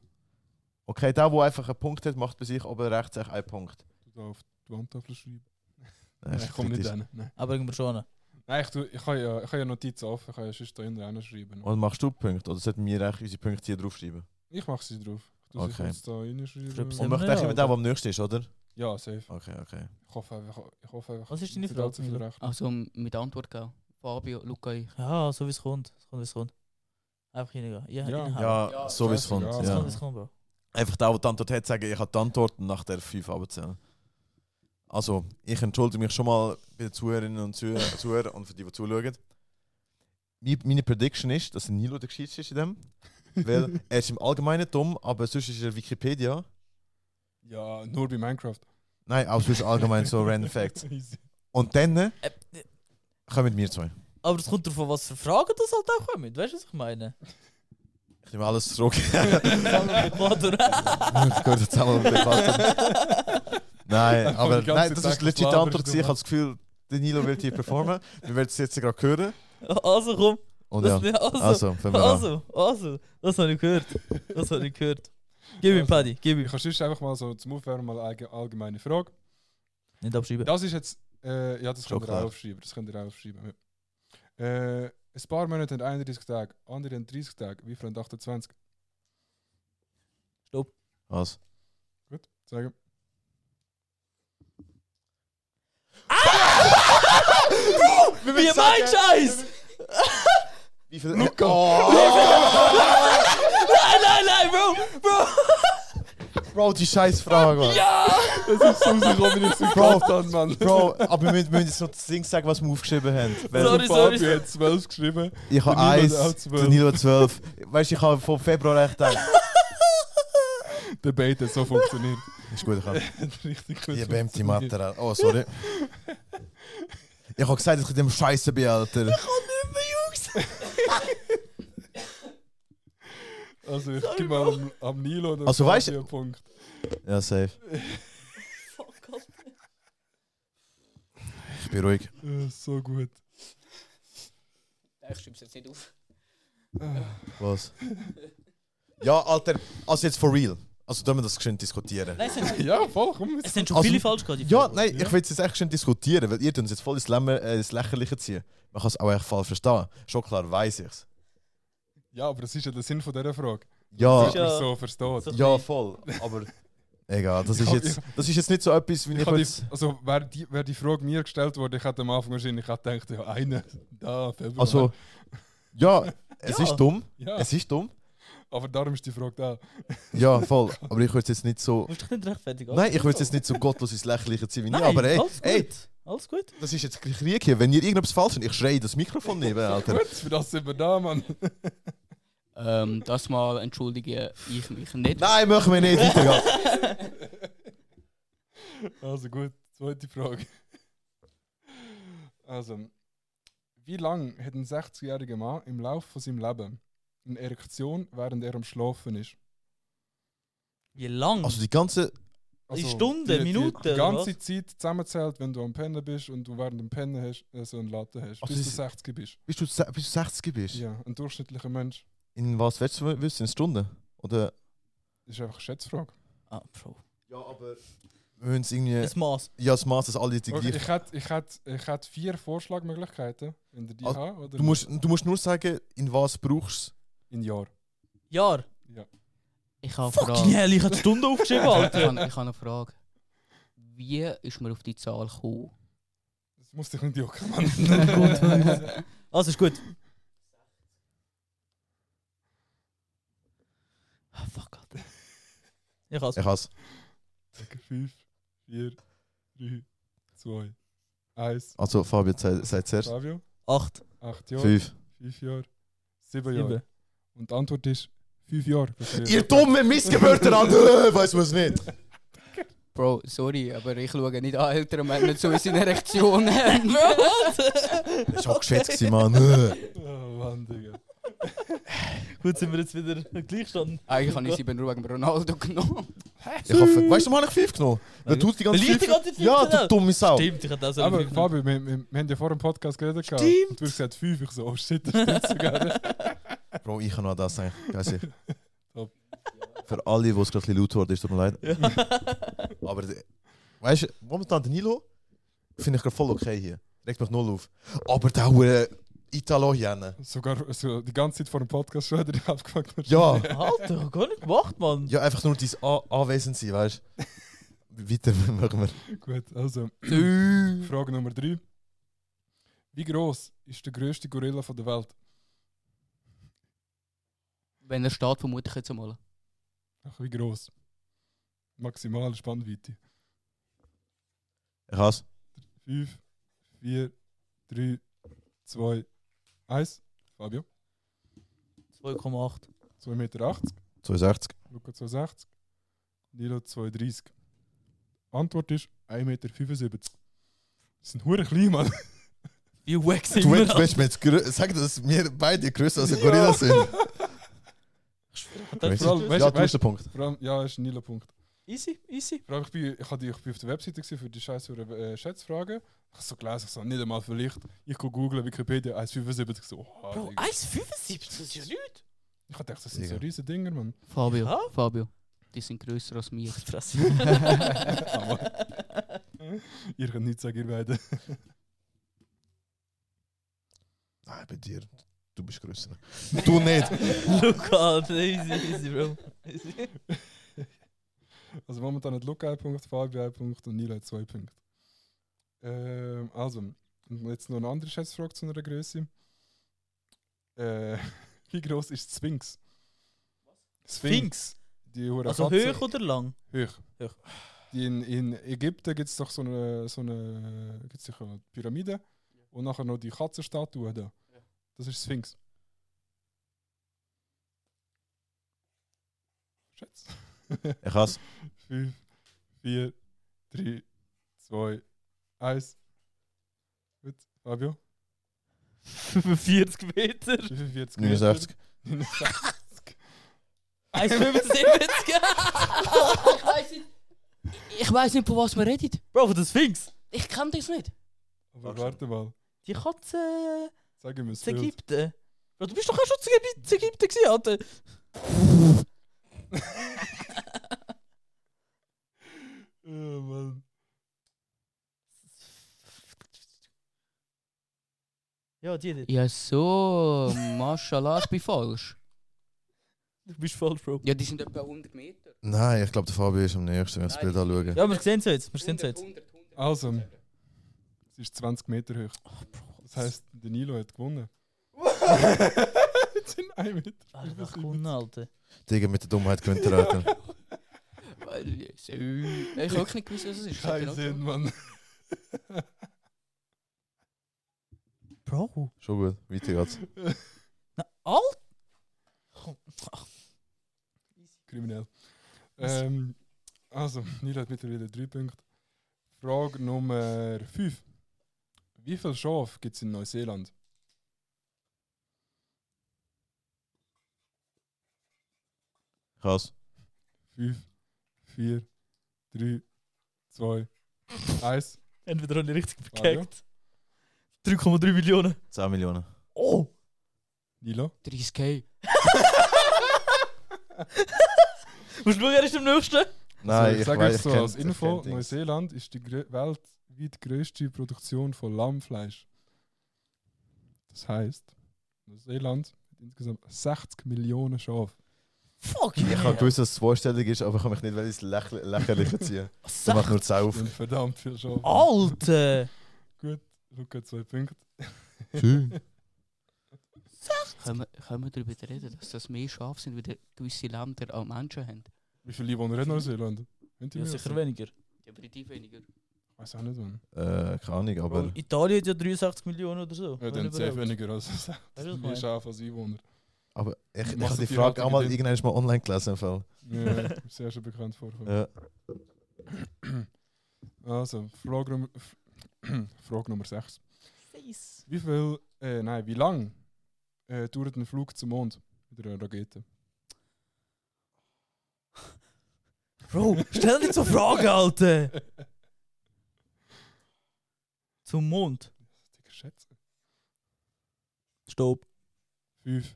Speaker 2: Okay, der, der einfach einen Punkt hat, macht bei sich oben rechts echt einen Punkt.
Speaker 4: Du darfst auf die Wandtafel schreiben.
Speaker 2: Nein,
Speaker 4: Nein, ich komme nicht hin. Nein,
Speaker 3: Aber irgendwo schon. ne?
Speaker 4: Nein ich, tu, ich habe ja, ich habe ja Notizen offen, ich kann ja sonst da hinten schreiben.
Speaker 2: Und machst du Punkte? Oder sollten wir eigentlich unsere Punkte hier draufschreiben?
Speaker 4: Ich mache sie drauf. Ich tu sie
Speaker 2: Okay.
Speaker 4: kurz da
Speaker 3: Schreib's
Speaker 2: Und
Speaker 4: reinschreiben.
Speaker 3: hin.
Speaker 2: macht
Speaker 3: wir
Speaker 2: eigentlich
Speaker 3: ja,
Speaker 2: mit dem, der am nächsten ist, oder?
Speaker 4: Ja, safe.
Speaker 2: Okay, okay.
Speaker 4: Ich hoffe einfach. Ich hoffe einfach
Speaker 3: Was ist deine
Speaker 4: ich bin
Speaker 3: Frage,
Speaker 4: allzu viel
Speaker 3: Phil?
Speaker 4: recht.
Speaker 5: Also mit Antwort gell? Fabio, Luca, ich.
Speaker 3: Ja, so wie es kommt. Es kommt, wie es kommt. Einfach hineingehen. Ja, ja.
Speaker 4: Ja.
Speaker 2: Ja,
Speaker 5: Ja,
Speaker 2: so wie es kommt.
Speaker 4: ja.
Speaker 3: Es kommt,
Speaker 2: Ja.
Speaker 3: wie es kommt, Bro.
Speaker 2: Einfach der, der die Antwort hat, sagen, ich habe die Antwort und nach der 5 abzählen. Also, ich entschuldige mich schon mal bei den Zuhörerinnen und Zuh- Zuhörern und für die, die zuschauen. Mi- Meine Prediction ist, dass Nilo der Geschichte ist in dem. Weil er ist im Allgemeinen dumm, aber sonst ist er Wikipedia.
Speaker 4: Ja, nur bei Minecraft.
Speaker 2: Nein, auch sonst allgemein so dus random Facts.
Speaker 4: Easy.
Speaker 2: Und dann
Speaker 3: Äh,
Speaker 2: kommen mit mir zwei.
Speaker 3: Aber es kommt darauf an, was für Fragen das halt auch kommen. Weißt du, was ich meine?
Speaker 2: Ich nehme alles zurück.
Speaker 3: Oder?
Speaker 2: Ich gehöre jetzt einmal um den Button. Nein,
Speaker 4: Einfach
Speaker 2: aber
Speaker 4: die ganze
Speaker 2: nein, das
Speaker 4: Zeit
Speaker 2: ist legit die
Speaker 4: labern,
Speaker 2: Antwort.
Speaker 4: du
Speaker 2: gewesen. Ich habe das Gefühl, Danilo will hier performen. Wir werden es jetzt gerade hören.
Speaker 3: Also komm.
Speaker 2: Und ja,
Speaker 3: Das, also, also,
Speaker 2: also, fangen wir an.
Speaker 3: also, Das habe ich gehört. Das habe ich gehört. Gib ihm,
Speaker 4: Also.
Speaker 3: Paddy. Gib
Speaker 4: Ich
Speaker 3: ihm.
Speaker 4: kann sonst einfach mal so zum Aufwärmen mal eine allgemeine Frage.
Speaker 3: Nicht abschreiben.
Speaker 4: Das ist jetzt. Äh, ja, das
Speaker 2: Schon
Speaker 4: könnt ihr
Speaker 2: klar.
Speaker 4: auch aufschreiben. Das könnt ihr auch aufschreiben. Ja. Äh, ein paar Monate haben 31 Tage, andere haben 30 Tage, wie viel haben 28?
Speaker 2: Was?
Speaker 4: Sagen.
Speaker 3: Wie mein Scheiß!
Speaker 2: Wie viel?
Speaker 4: Luca.
Speaker 3: nein, nein, nein, Bro! Bro!
Speaker 2: Bro, die scheiß Frage, Mann.
Speaker 3: Ja!
Speaker 4: Das ist so rausgekommen, wie ich es
Speaker 2: Bro.
Speaker 4: gekauft habe, Mann.
Speaker 2: Bro, aber wir müssen, wir müssen jetzt noch das Ding sagen, was wir aufgeschrieben haben. Weil
Speaker 3: Sorry, sorry.
Speaker 4: Fabio hat 12 geschrieben.
Speaker 2: Ich habe
Speaker 4: Danilo hat auch
Speaker 2: 1,
Speaker 4: zwölf.
Speaker 2: Danilo 12. Weißt du, ich habe von Februar echt gedacht.
Speaker 4: Der Bait hat so funktioniert.
Speaker 2: Ist gut, ich habe.
Speaker 4: Hat Richtig gut
Speaker 2: Ihr bämt die
Speaker 4: funktioniert.
Speaker 2: Mathe. Oh, sorry. Ich habe gesagt, dass ich in dem Scheiße bin, Alter.
Speaker 4: Also ich gebe mal am, am Nilo den
Speaker 2: Also weißt-
Speaker 4: Fabio Punkt.
Speaker 2: Ja, safe. Ich bin ruhig.
Speaker 4: Äh, so gut.
Speaker 5: Äh, Ich schreibe es jetzt nicht auf.
Speaker 4: Äh,
Speaker 2: Was? Ja, Alter, also jetzt for real. Also, dürfen wir das geschwind diskutieren?
Speaker 3: Nein, es sind,
Speaker 4: Ja, voll, komm.
Speaker 3: es
Speaker 4: Jetzt.
Speaker 3: sind schon
Speaker 2: Also-
Speaker 3: viele falsch gerade. die
Speaker 2: Ja,
Speaker 3: Fragen.
Speaker 2: nein,
Speaker 4: Ja.
Speaker 2: ich will es jetzt echt schön diskutieren, weil ihr uns jetzt voll ins, Lämmer, äh, ins Lächerliche ziehen. Man kann es auch echt falsch verstehen. Schon klar weiß ich's.
Speaker 4: Ja, aber das ist ja der Sinn von dieser Frage.
Speaker 2: Ja,
Speaker 4: Dass
Speaker 3: Ja.
Speaker 4: man es so versteht.
Speaker 3: So-
Speaker 2: ja, voll. Aber egal, das ist jetzt, das ist jetzt nicht so etwas, wie ich,
Speaker 4: Ich hab
Speaker 2: jetzt.
Speaker 4: die, also wäre die, wär die Frage mir gestellt worden, ich hätte am Anfang wahrscheinlich auch gedacht, ja, einer da, Februar.
Speaker 2: Also, ja, es
Speaker 3: Ja.
Speaker 2: ist dumm.
Speaker 4: ja,
Speaker 2: Es ist dumm.
Speaker 4: aber darum ist die Frage da.
Speaker 2: Ja, voll. Aber ich würde es jetzt nicht so.
Speaker 3: Du musst dich nicht rechtfertigen.
Speaker 2: Nein, ich würde es jetzt nicht so gottlos ins Lächerliche ziehen wie ihr.
Speaker 3: Nein,
Speaker 2: Aber ey,
Speaker 3: alles gut.
Speaker 2: ey,
Speaker 3: Alles gut.
Speaker 2: das ist jetzt Krieg hier. Wenn ihr irgendwas falsch habt, ich schreie das Mikrofon neben, Alter.
Speaker 4: Gut, für das sind wir da, Mann.
Speaker 5: Ähm, das mal entschuldige ich mich nicht.
Speaker 2: Nein, machen wir nicht. Weiter geht's.
Speaker 4: Also gut, zweite Frage. Also, wie lange hat ein 60-jähriger Mann im Laufe von seinem Leben eine Erektion, während er am Schlafen ist?
Speaker 3: Wie lang?
Speaker 2: Also, die ganze.
Speaker 3: In Stunden, Minuten,
Speaker 4: Also, Die,
Speaker 3: oder
Speaker 4: die ganze
Speaker 3: was?
Speaker 4: Zeit zusammenzählt, wenn du am Pennen bist und du während dem Pennen hast, äh, so einen Latte hast,
Speaker 2: Also
Speaker 4: bis du
Speaker 2: das-
Speaker 4: 60 bist.
Speaker 2: Bist du, se- bist du 60 bist?
Speaker 4: Ja, ein durchschnittlicher Mensch.
Speaker 2: In was willst du wissen? In Stunden? Oder?
Speaker 4: Das ist einfach eine Schätzfrage.
Speaker 3: ah, Bro.
Speaker 2: Ja, aber. Wir müssen es irgendwie.
Speaker 3: Das Maß.
Speaker 2: Ja, das Maß, dass alle die
Speaker 4: Okay,
Speaker 2: gleichen.
Speaker 4: ich, hätte, ich, hätte, ich hätte vier Vorschlagmöglichkeiten, wenn ihr die
Speaker 2: Also,
Speaker 4: habt. Oder
Speaker 2: Du musst, du musst nur sagen, in was brauchst
Speaker 4: In Jahr.
Speaker 3: Jahr.
Speaker 5: Ich habe eine
Speaker 3: Fucking
Speaker 5: Frage.
Speaker 3: hell, ich habe die Stunde aufgeschrieben,
Speaker 5: Ich
Speaker 3: Alter.
Speaker 5: habe, ich habe eine Frage. Wie ist man auf die Zahl gekommen?
Speaker 4: Das muss dich nicht jucken, Mann.
Speaker 3: Also ist gut. Ah, fuck, Alter. Ich hasse.
Speaker 2: Ich has.
Speaker 4: 5, 4, 3, 2, 1.
Speaker 2: Also, Fabio sagt zuerst.
Speaker 4: Fabio?
Speaker 3: Acht.
Speaker 4: Acht Jahre,
Speaker 2: Fünf.
Speaker 4: fünf Jahre, sieben Jahre.
Speaker 3: Sieben.
Speaker 4: Und die Antwort ist fünf Jahre. Verstehe.
Speaker 2: Ihr dummen Missgebürter, Alter! Äh, Weiß man es nicht.
Speaker 5: Bro, sorry, aber ich schaue nicht an ältere Männer zu unseren Erektionen.
Speaker 2: Das war auch geschätzt, Mann.
Speaker 4: Oh Mann, Digga.
Speaker 3: Gut, sind wir jetzt wieder gleichstand.
Speaker 5: Eigentlich habe ich sieben Uhr wegen Ronaldo genommen.
Speaker 2: Ich hoffe, weißt du, warum habe ich fünf genommen? Weil du die ganze
Speaker 3: Weil ich die ganze Zeit fünf
Speaker 2: Ja, du
Speaker 3: genommen.
Speaker 2: dumme Sau.
Speaker 3: Stimmt, ich hätte das
Speaker 4: Aber Fabio, wir, wir, wir haben ja vor dem Podcast geredet. gehabt.
Speaker 3: Stimmt.
Speaker 4: Und du hast gesagt fünf. Ich so, oh shit, das stimmt sogar.
Speaker 2: Bro, ich kann noch das sagen. Weiß ich.
Speaker 4: Top.
Speaker 2: Für alle, die es gerade ein bisschen laut wurde, ist tut mir leid. Aber Oh, de- weißt du, momentan Danilo finde ich gerade voll okay hier. Regt mich null auf. Aber der hure Italo hier.
Speaker 4: sogar so, die ganze Zeit vor dem Podcast schon hat er dich abgefuckt.
Speaker 2: Ja,
Speaker 3: Alter, gar nicht gemacht, Mann.
Speaker 2: ja, einfach nur dein A Anwesen sein, weißt du? Weiter machen wir.
Speaker 4: Gut, also
Speaker 3: Du.
Speaker 4: Frage Nummer drei. Wie groß ist der größte Gorilla von der Welt?
Speaker 5: Wenn er steht, vermute ich jetzt einmal.
Speaker 4: Ach, wie groß? Maximale Spannweite.
Speaker 2: Ich hasse.
Speaker 4: 5, 4, 3, 2, 1. Fabio,
Speaker 3: 2,8.
Speaker 4: 2,80 Meter,
Speaker 2: 62.
Speaker 4: Luca 2,60 Nilo 2,30 Antwort ist 1,75 Meter. Das sind hure klein, Mann.
Speaker 3: Wie wack sind
Speaker 2: Du
Speaker 3: wir?
Speaker 2: willst,
Speaker 3: Alter?
Speaker 2: willst mir jetzt grö- sagen, dass wir beide größer als ein Gorilla sind.
Speaker 3: Das-
Speaker 4: Vor allem, weißt,
Speaker 2: ja, du
Speaker 4: du,
Speaker 2: hast
Speaker 4: weißt,
Speaker 2: den Punkt.
Speaker 4: vor allem, ja, ist ein Nilo-Punkt.
Speaker 3: Easy, easy.
Speaker 4: Vor allem, ich bin, ich, hatte, ich bin auf der Webseite gewesen für die scheiß äh, Schätzfragen. Ich habe so gelesen, ich so, nicht einmal vielleicht. Ich go googeln, Wikipedia 1,75. So, oha,
Speaker 3: Bro,
Speaker 4: Digga.
Speaker 3: 1,75, das ist ja nichts.
Speaker 4: ich habe gedacht, das sind so
Speaker 2: Digga.
Speaker 4: riesige Dinger, Mann.
Speaker 5: Fabio,
Speaker 3: Ja?
Speaker 5: Fabio, die sind grösser als wir.
Speaker 3: Fresse.
Speaker 4: Ihr könnt nichts sagen, ihr beiden.
Speaker 2: Nein, bei dir. Du bist größer. Du nicht.
Speaker 3: Luca, Alter, easy, easy, Bro. Easy.
Speaker 4: Also momentan hat Luca einen Punkt, Fabio einen Punkt und Nila zwei Punkte. Ähm, also, und jetzt noch eine andere Schätzfrage zu einer Größe. Äh, wie groß ist Sphinx?
Speaker 3: Sphinx.
Speaker 4: Die hure
Speaker 3: Also
Speaker 4: Katze.
Speaker 3: hoch oder lang?
Speaker 4: Hoch.
Speaker 3: Hoch.
Speaker 4: Die in, in Ägypten gibt es doch so eine, so eine, gibt's doch eine Pyramide und nachher noch die Katzenstatue da. Das ist Sphinx. Schätz.
Speaker 2: Ich hasse.
Speaker 4: 5, 4, 3, 2, 1. Gut, Fabio.
Speaker 3: 45 Meter.
Speaker 4: 45 Meter.
Speaker 2: 69.
Speaker 3: 1,75.
Speaker 5: Ich weiß nicht, von was wir reden.
Speaker 3: Bro, von der Sphinx.
Speaker 5: Ich kenne das nicht.
Speaker 4: Aber warte mal,
Speaker 3: Die Katze
Speaker 4: sag ihm es
Speaker 3: zu Ägypten. Bro, du bist doch auch schon zu Ägypten, zu Ägypten gewesen, Alter.
Speaker 4: Oh Mann.
Speaker 3: Ja, die, die.
Speaker 5: Ja, so, mashallah, ich bin falsch.
Speaker 3: Du bist falsch, Bro.
Speaker 5: Ja, die sind etwa 100 Meter.
Speaker 2: Nein, ich glaube, der Fabio ist am nächsten, wenn ich das Bild anschaue.
Speaker 3: Ja, wir sehen es jetzt. Wir sehen es jetzt.
Speaker 4: Also, es ist 20 Meter hoch.
Speaker 5: Oh,
Speaker 4: Das heisst, der Nilo hat gewonnen. Jetzt sind 1 Meter.
Speaker 3: Alter, ach, Kunde, Alter.
Speaker 2: Digga, mit der Dummheit gewinnt er, Alter.
Speaker 5: Äh, Ich habe wirklich nicht gewusst, was es ist.
Speaker 4: Kein Sinn, Mann.
Speaker 3: Bro.
Speaker 2: Schon gut, weiter geht's.
Speaker 3: Na, Alter.
Speaker 4: Kriminell. Ähm, also, Nilo hat mittlerweile 3 Punkte. Frage Nummer 5. Wie viele Schafe gibt es in Neuseeland?
Speaker 2: Ich hasse.
Speaker 4: 5, 4, 3, 2, 1.
Speaker 3: Entweder habe ich richtig
Speaker 4: Fabio?
Speaker 3: verkackt. 3,3 Millionen.
Speaker 2: 10 Millionen.
Speaker 3: Oh!
Speaker 4: Nilo?
Speaker 5: 30k.
Speaker 3: Musst du schauen, er ist am nächsten.
Speaker 2: Nein, ich,
Speaker 4: Also, ich sage
Speaker 2: weiß,
Speaker 4: euch so
Speaker 2: kenn-
Speaker 4: als Info,
Speaker 2: kenn Dings.
Speaker 4: Neuseeland ist die grö- weltweit größte Produktion von Lammfleisch. Das heißt, Neuseeland hat insgesamt 60 Millionen Schafe.
Speaker 3: Fuck
Speaker 2: Ich habe gewusst, dass es zweistellig ist, aber ich kann mich nicht weil ich es lächle- lächerlich ziehen. Ich mache nur 10 auf.
Speaker 4: Und verdammt viel Schafe.
Speaker 3: Alter!
Speaker 4: Luca, zwei Punkte.
Speaker 5: Können wir, können wir darüber reden, dass das mehr Schafe sind, wie der gewisse Länder an Menschen haben?
Speaker 4: Wie viele Einwohner hat Neuseeland? Haben die
Speaker 3: Ja,
Speaker 4: mehr?
Speaker 3: sicher weniger.
Speaker 5: Definitiv weniger.
Speaker 4: Weiß auch nicht, wann.
Speaker 2: Äh, keine Ahnung, aber.
Speaker 3: Bro, Italien hat ja 63 Millionen oder so.
Speaker 4: Ja,
Speaker 3: wenn
Speaker 4: dann sehr
Speaker 3: überhaupt.
Speaker 4: weniger als
Speaker 3: Weißt du, was ich
Speaker 4: mehr
Speaker 3: meine?
Speaker 4: Schafe als Einwohner.
Speaker 2: Aber ich, ich
Speaker 4: Machst
Speaker 2: habe die
Speaker 4: du die
Speaker 2: Frage
Speaker 4: Haltung
Speaker 2: auch mal
Speaker 4: mit dem-
Speaker 2: irgendwann mal online Eh, gelesen. im Fall.
Speaker 4: Ja, sehr schon bekannt vorkommen.
Speaker 2: Ja.
Speaker 4: Also, Frage Nummer, Frage Nummer 6.
Speaker 3: Nice.
Speaker 4: Wie viel, äh, nein, wie lang äh, dauert ein Flug zum Mond mit einer Rakete?
Speaker 3: Bro, stell nicht so Fragen, Alter! Zum Mond.
Speaker 4: Digga, schätze.
Speaker 3: Stopp.
Speaker 4: 5,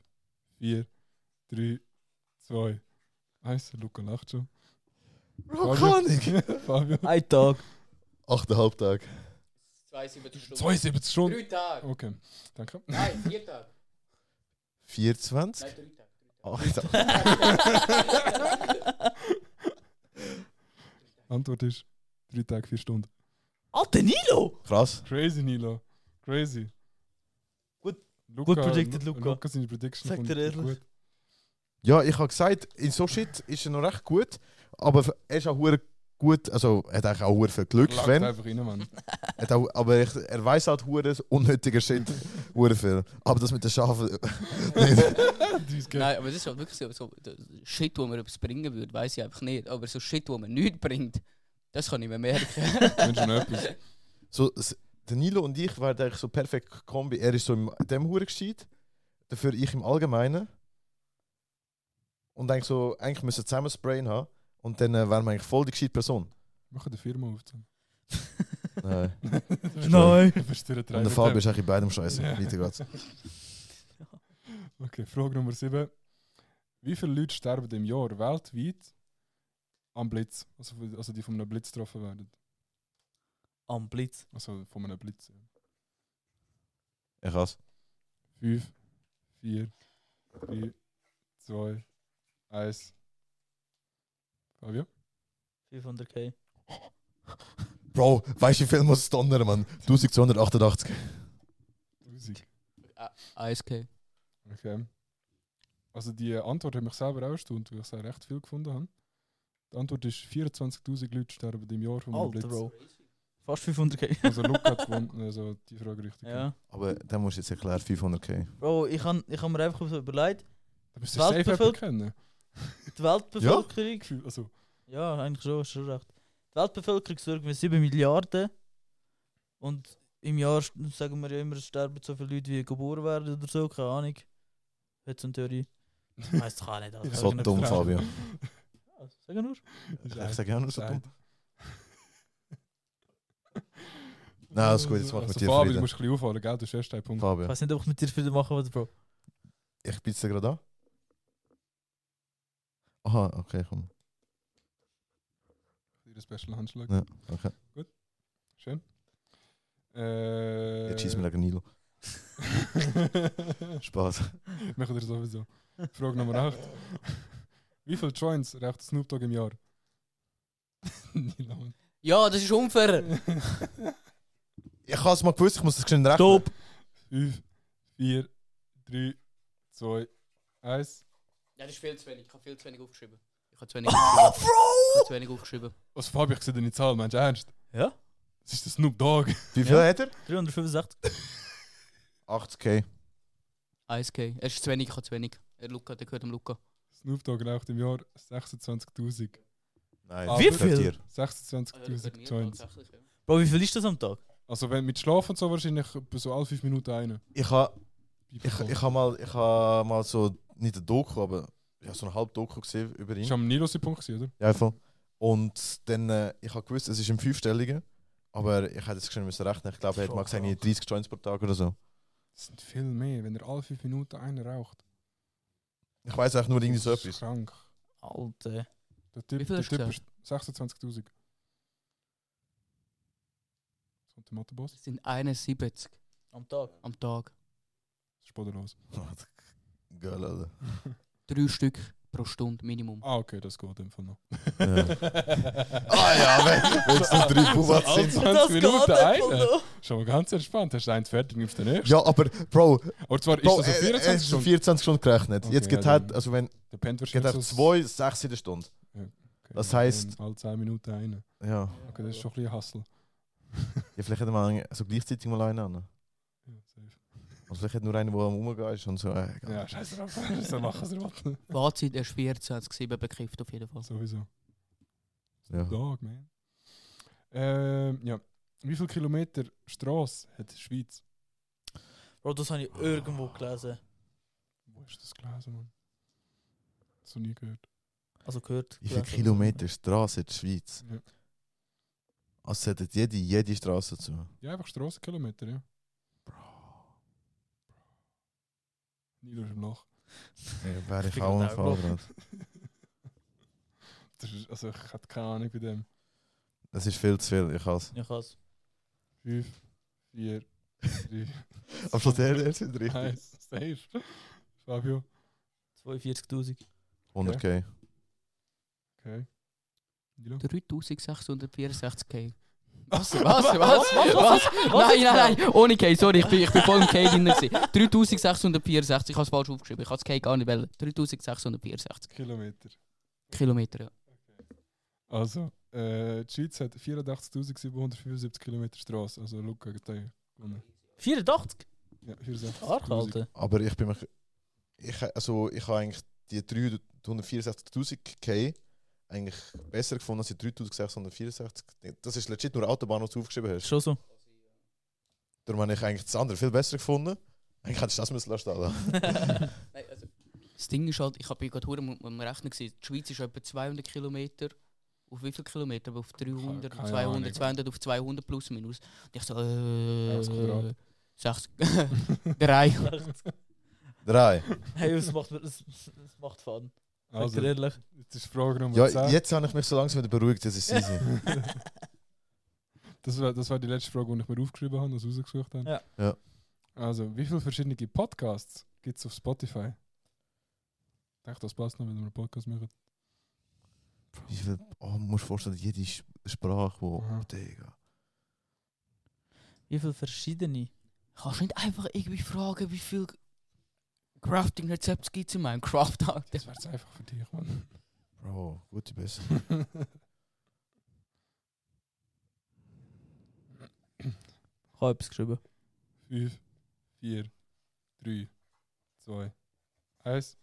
Speaker 4: 4, 3, 2, 1. Luca lacht schon.
Speaker 2: Bro,
Speaker 4: Fabio.
Speaker 2: keine
Speaker 4: Fabio.
Speaker 3: Ein Tag.
Speaker 2: Ahnung. Tag.
Speaker 5: 72 Stunden.
Speaker 4: 72 Stunden.
Speaker 5: Drei Tage.
Speaker 4: Okay, danke.
Speaker 5: Nein, vier Tage.
Speaker 2: 24?
Speaker 5: Nein, drei Tage.
Speaker 2: Ach, da-
Speaker 4: Antwort ist 3 Tage, 4 Stunden.
Speaker 3: Alter Nilo!
Speaker 2: krass.
Speaker 4: Crazy, Nilo. Crazy.
Speaker 3: Gut-
Speaker 4: Luca,
Speaker 3: gut predicted, Luca.
Speaker 4: Luca seine Prediction
Speaker 3: Sagt
Speaker 4: fand
Speaker 3: er
Speaker 4: ich
Speaker 3: ehrlich.
Speaker 4: gut.
Speaker 2: Ja, ich habe gesagt, in so Shit ist er noch recht gut, aber er ist auch hure gut, also er hat eigentlich auch hure viel Glück,
Speaker 4: Lagt
Speaker 2: wenn,
Speaker 4: einfach rein, Mann.
Speaker 2: hat auch, aber ich, er weiß halt hure unnötiger Shit, hure viel. Aber das mit den Schafen,
Speaker 4: Dies geht.
Speaker 5: Nein, aber das ist halt wirklich so, so d- Shit, wo man etwas bringen würde, weiß ich einfach nicht. Aber so Shit, wo man nichts bringt, das kann ich mir merken.
Speaker 4: Wenn schon etwas.
Speaker 2: so s- der Nilo und ich waren eigentlich so perfekt Kombi. Er ist so in dem hure gescheit, dafür ich im Allgemeinen und eigentlich so eigentlich müssen wir zusammen das Brain haben und dann äh, wären wir eigentlich voll die gescheite Person.
Speaker 4: Mach eine Firma auf. dann.
Speaker 2: Nein.
Speaker 3: Nein!
Speaker 4: Dann bist du der
Speaker 2: Und der Fabio ist eigentlich in beidem Scheiße. Weiter geht's.
Speaker 4: Okay, Frage Nummer 7. Wie viele Leute sterben im Jahr weltweit am Blitz? Also, also die von einem Blitz getroffen werden.
Speaker 3: Am Blitz.
Speaker 4: Also von einem Blitz. Ja.
Speaker 2: Ich hasse.
Speaker 4: 5, 4, 3, 2, 1. Fabio?
Speaker 3: 500k.
Speaker 2: Bro, weißt du, wie viel muss es donnern, Mann? 1288.
Speaker 4: 1000.
Speaker 5: 1K.
Speaker 4: Okay. Also die Antwort hat mich selber auch erstaunt, weil ich es auch recht viel gefunden habe. Die Antwort ist 24'000 Leute sterben im Jahr von einem
Speaker 3: Alter,
Speaker 4: Blitz.
Speaker 3: Bro. Fast 500k.
Speaker 4: Also Luca hat gewonnen, also die Frage richtig.
Speaker 3: Ja.
Speaker 2: Aber dann musst du jetzt erklären, 500k.
Speaker 3: Bro, ich habe ich hab mir einfach so überlegt,
Speaker 4: Da bist du safe jemanden
Speaker 3: Weltbevölker-
Speaker 4: kennen.
Speaker 3: die Weltbevölkerung.
Speaker 4: Also,
Speaker 3: Ja, eigentlich schon, hast schon recht. Die Weltbevölkerung sorgt für 7 Milliarden. Und im Jahr, st- sagen wir ja immer, es sterben so viele Leute, wie geboren werden oder so, keine Ahnung. Hat so eine Theorie. Weiss doch auch nicht, Alter.
Speaker 4: Ja.
Speaker 2: So
Speaker 3: Sag
Speaker 2: dumm,
Speaker 3: nur.
Speaker 2: Fabio.
Speaker 3: Also, Sag nur.
Speaker 2: Ich sage ja nur so dumm.
Speaker 4: Nein,
Speaker 2: Nein, ist gut, jetzt machen wir
Speaker 4: also,
Speaker 2: dir
Speaker 4: Fabio,
Speaker 2: Frieden.
Speaker 4: du musst ein bisschen auffallen, gell? Du hast erst einen Punkt.
Speaker 3: Ich
Speaker 2: Fabio,
Speaker 3: weiß nicht, ob ich mit dir viel machen will, Bro.
Speaker 2: ich biete dir gerade an. Aha, okay, komm.
Speaker 4: Für den Special Handschlag.
Speaker 2: Ja, okay.
Speaker 4: Schön. Äh,
Speaker 2: Jetzt schießt mir gegen Nilo.
Speaker 4: Machen
Speaker 2: Spaß.
Speaker 4: wir sowieso. Frage Nummer 8. Wie viele Joints raucht Snoop Dogg im Jahr? Nilo, Mann.
Speaker 5: Ja, das ist unfair.
Speaker 2: Ich habe es mal gewusst, ich muss das geschwind rechnen.
Speaker 3: Stopp!
Speaker 4: 5, 4, 3, 2, 1.
Speaker 5: Ja, das ist viel zu wenig. Ich habe viel zu wenig aufgeschrieben. Ich habe zu wenig
Speaker 3: Ah,
Speaker 5: aufgeschrieben. Ich habe
Speaker 3: Bro!
Speaker 5: zu wenig aufgeschrieben.
Speaker 4: Was Fabio, ich sehe deine Zahl, meinst du ernst?
Speaker 3: Ja?
Speaker 4: Das ist der Snoop Dogg.
Speaker 2: Wie viel
Speaker 3: Ja.
Speaker 2: hat er?
Speaker 3: 365.
Speaker 2: 80k.
Speaker 5: 1K. Er ist zu wenig, ich habe zu wenig. Er Luca, der gehört dem Luca.
Speaker 4: Snoop Dogg raucht im Jahr 26.000.
Speaker 2: Nein,
Speaker 4: Wie
Speaker 2: das
Speaker 3: viel?
Speaker 2: gehört dir.
Speaker 5: Also, das gehört
Speaker 4: 26.000
Speaker 5: mir
Speaker 4: Joints.
Speaker 5: tatsächlich, ja.
Speaker 3: Bro, wie viel ist das am Tag?
Speaker 4: Also wenn mit Schlaf und so wahrscheinlich etwa so alle 5 Minuten einen.
Speaker 2: Ich habe ich, ich hab mal, ich hab mal so, nicht ein Doku, aber ja, so ein halb Doku gesehen über ihn.
Speaker 4: Ist am Nilo sein Punkt, gewesen, oder?
Speaker 2: Ja, voll. Und dann, äh, ich habe gewusst, es ist im Fünfstelligen, aber ich hätte es geschrieben müssen rechnen. Ich glaube, er hat mal gesagt,
Speaker 3: Voll
Speaker 2: irgendwie 30 Joints pro Tag oder so.
Speaker 4: Das sind viel mehr, wenn er alle 5 Minuten einen raucht.
Speaker 2: Ich weiß eigentlich nur irgendwie so
Speaker 4: Das ist
Speaker 2: etwas.
Speaker 4: krank.
Speaker 3: Alter.
Speaker 4: Der Typ,
Speaker 5: Wie viel
Speaker 4: der
Speaker 5: hast du
Speaker 4: typ ist 26.000. Jetzt kommt der Matheboss.
Speaker 5: Das sind 71
Speaker 3: Am Tag?
Speaker 5: am Tag.
Speaker 4: Spoderlos.
Speaker 2: Geil, Alter.
Speaker 5: Drei Stück pro Stunde Minimum.
Speaker 4: Ah, okay, das geht einfach noch.
Speaker 2: Ja. Ah ja, wenn es nur drei Pumas sind.
Speaker 4: alle 20 Minuten einen. Schon mal ganz entspannt. Hast du eins fertig, nimmst du den nächsten.
Speaker 2: Ja, aber Bro,
Speaker 4: Aber zwar ist
Speaker 2: Bro
Speaker 4: das so
Speaker 2: er, er
Speaker 4: 24
Speaker 2: ist
Speaker 4: Stunden.
Speaker 2: 24 Stunden gerechnet.
Speaker 4: Okay,
Speaker 2: Jetzt geht
Speaker 4: ja,
Speaker 2: halt,
Speaker 4: dann-
Speaker 2: also wenn,
Speaker 4: Der pennt
Speaker 2: geht halt
Speaker 4: so-
Speaker 2: zwei, sechs in der Stunde.
Speaker 4: Okay,
Speaker 2: das
Speaker 4: dann
Speaker 2: heisst-
Speaker 4: Alle 10 Minuten einen.
Speaker 2: Ja.
Speaker 4: Okay, das ist schon ein bisschen Hassel.
Speaker 2: Ja, vielleicht hätten wir einen- so gleichzeitig mal einen an.
Speaker 4: Ja, safe.
Speaker 2: Also vielleicht hat nur einer, der am Rumgehen ist und so. Äh, egal.
Speaker 4: Ja, scheiß drauf. so machen sie was.
Speaker 5: Fazit, er ist 14, hat es gesehen, bekifft auf jeden Fall.
Speaker 4: Sowieso.
Speaker 2: Ja.
Speaker 4: Dog, man. Ähm, ja. Wie viele Kilometer Straße hat die Schweiz?
Speaker 3: Bro, das habe ich irgendwo gelesen.
Speaker 4: Wo hast du das gelesen, Mann? So nie gehört.
Speaker 3: Also gehört.
Speaker 2: Wie viele
Speaker 3: gelesen.
Speaker 2: Kilometer Straße hat die Schweiz?
Speaker 4: Ja,
Speaker 2: Also es hat jede, jede Straße zu.
Speaker 4: ja einfach Straßenkilometer, ja.
Speaker 2: Bro.
Speaker 4: Nilo ist im Loch.
Speaker 2: Ja, wäre
Speaker 3: Ich
Speaker 2: ich
Speaker 3: bin
Speaker 2: auch am
Speaker 3: gerade auch
Speaker 2: Fahrrad.
Speaker 4: Das ist, also ich hatte keine Ahnung bei dem.
Speaker 2: Das ist viel zu viel, ich hasse.
Speaker 3: Ich has.
Speaker 4: 5, 4, 3,
Speaker 2: Am Schluss der erste richtig.
Speaker 4: 1, safe. Fabio,
Speaker 3: 42.000.
Speaker 2: 100k.
Speaker 4: okay. Nilo?
Speaker 5: 3664 K.
Speaker 3: Was?
Speaker 5: Was? Was? Was? Nein, nein, nein, ohne K, sorry, ich bin, ich bin voll im K drin. gewesen. 3664, ich habe es falsch aufgeschrieben, ich habe das K gar nicht wählen. 3664
Speaker 4: Kilometer.
Speaker 5: Kilometer, ja.
Speaker 4: Also, äh, die Schweiz hat 84.775 Kilometer Straße. Also, Luca hat den gewonnen.
Speaker 3: 84?
Speaker 4: Ja,
Speaker 3: Arg,
Speaker 4: 84.000.
Speaker 3: Alter.
Speaker 2: Aber ich bin mich. Ich, ha- also, ich habe eigentlich die 364.000k eigentlich besser gefunden als die 3664. Das ist legit nur Autobahn, was du aufgeschrieben hast.
Speaker 3: Schon so.
Speaker 2: Darum habe ich eigentlich das andere viel besser gefunden. Eigentlich hättest du das müssen lassen. Alter.
Speaker 5: Nein, also. Das Ding ist halt, ich habe gerade hure am am Rechnen gesehen, die Schweiz ist etwa 200 Kilometer. Auf wie viel Kilometer? Aber Auf 300,
Speaker 4: Keine
Speaker 5: 200,
Speaker 4: Ahnung.
Speaker 5: 200 auf 200 plus minus. Und ich so,
Speaker 4: Alles
Speaker 5: äh,
Speaker 4: Quadrat.
Speaker 5: 60, 3.
Speaker 2: Drei.
Speaker 3: Hey, es macht, es, es macht Faden. Also.
Speaker 4: Also,
Speaker 3: ehrlich.
Speaker 4: jetzt ist Frage Nummer
Speaker 2: Ja,
Speaker 4: 10.
Speaker 2: jetzt habe ich mich so langsam wieder beruhigt, das ist easy.
Speaker 4: Das war, das war die letzte Frage, die ich mir aufgeschrieben habe, also rausgesucht habe.
Speaker 3: Ja.
Speaker 2: Ja.
Speaker 4: Also, wie viele verschiedene Podcasts gibt es auf Spotify? Ich dachte, das passt noch, wenn wir einen Podcast machen.
Speaker 2: Wie viel, oh, du musst dir vorstellen, jede Sch- Sprache, wo.
Speaker 4: Aha.
Speaker 2: Oh, Digga.
Speaker 3: Wie viele verschiedene?
Speaker 5: Kannst du nicht einfach irgendwie fragen, wie viel Crafting-Rezepte gibt es in Minecraft? Alter?
Speaker 4: Das wäre jetzt einfach für dich, Mann.
Speaker 2: Bro, gute Besserung.
Speaker 3: Ich habe etwas geschrieben.
Speaker 4: 5, 4, 3, 2, 1.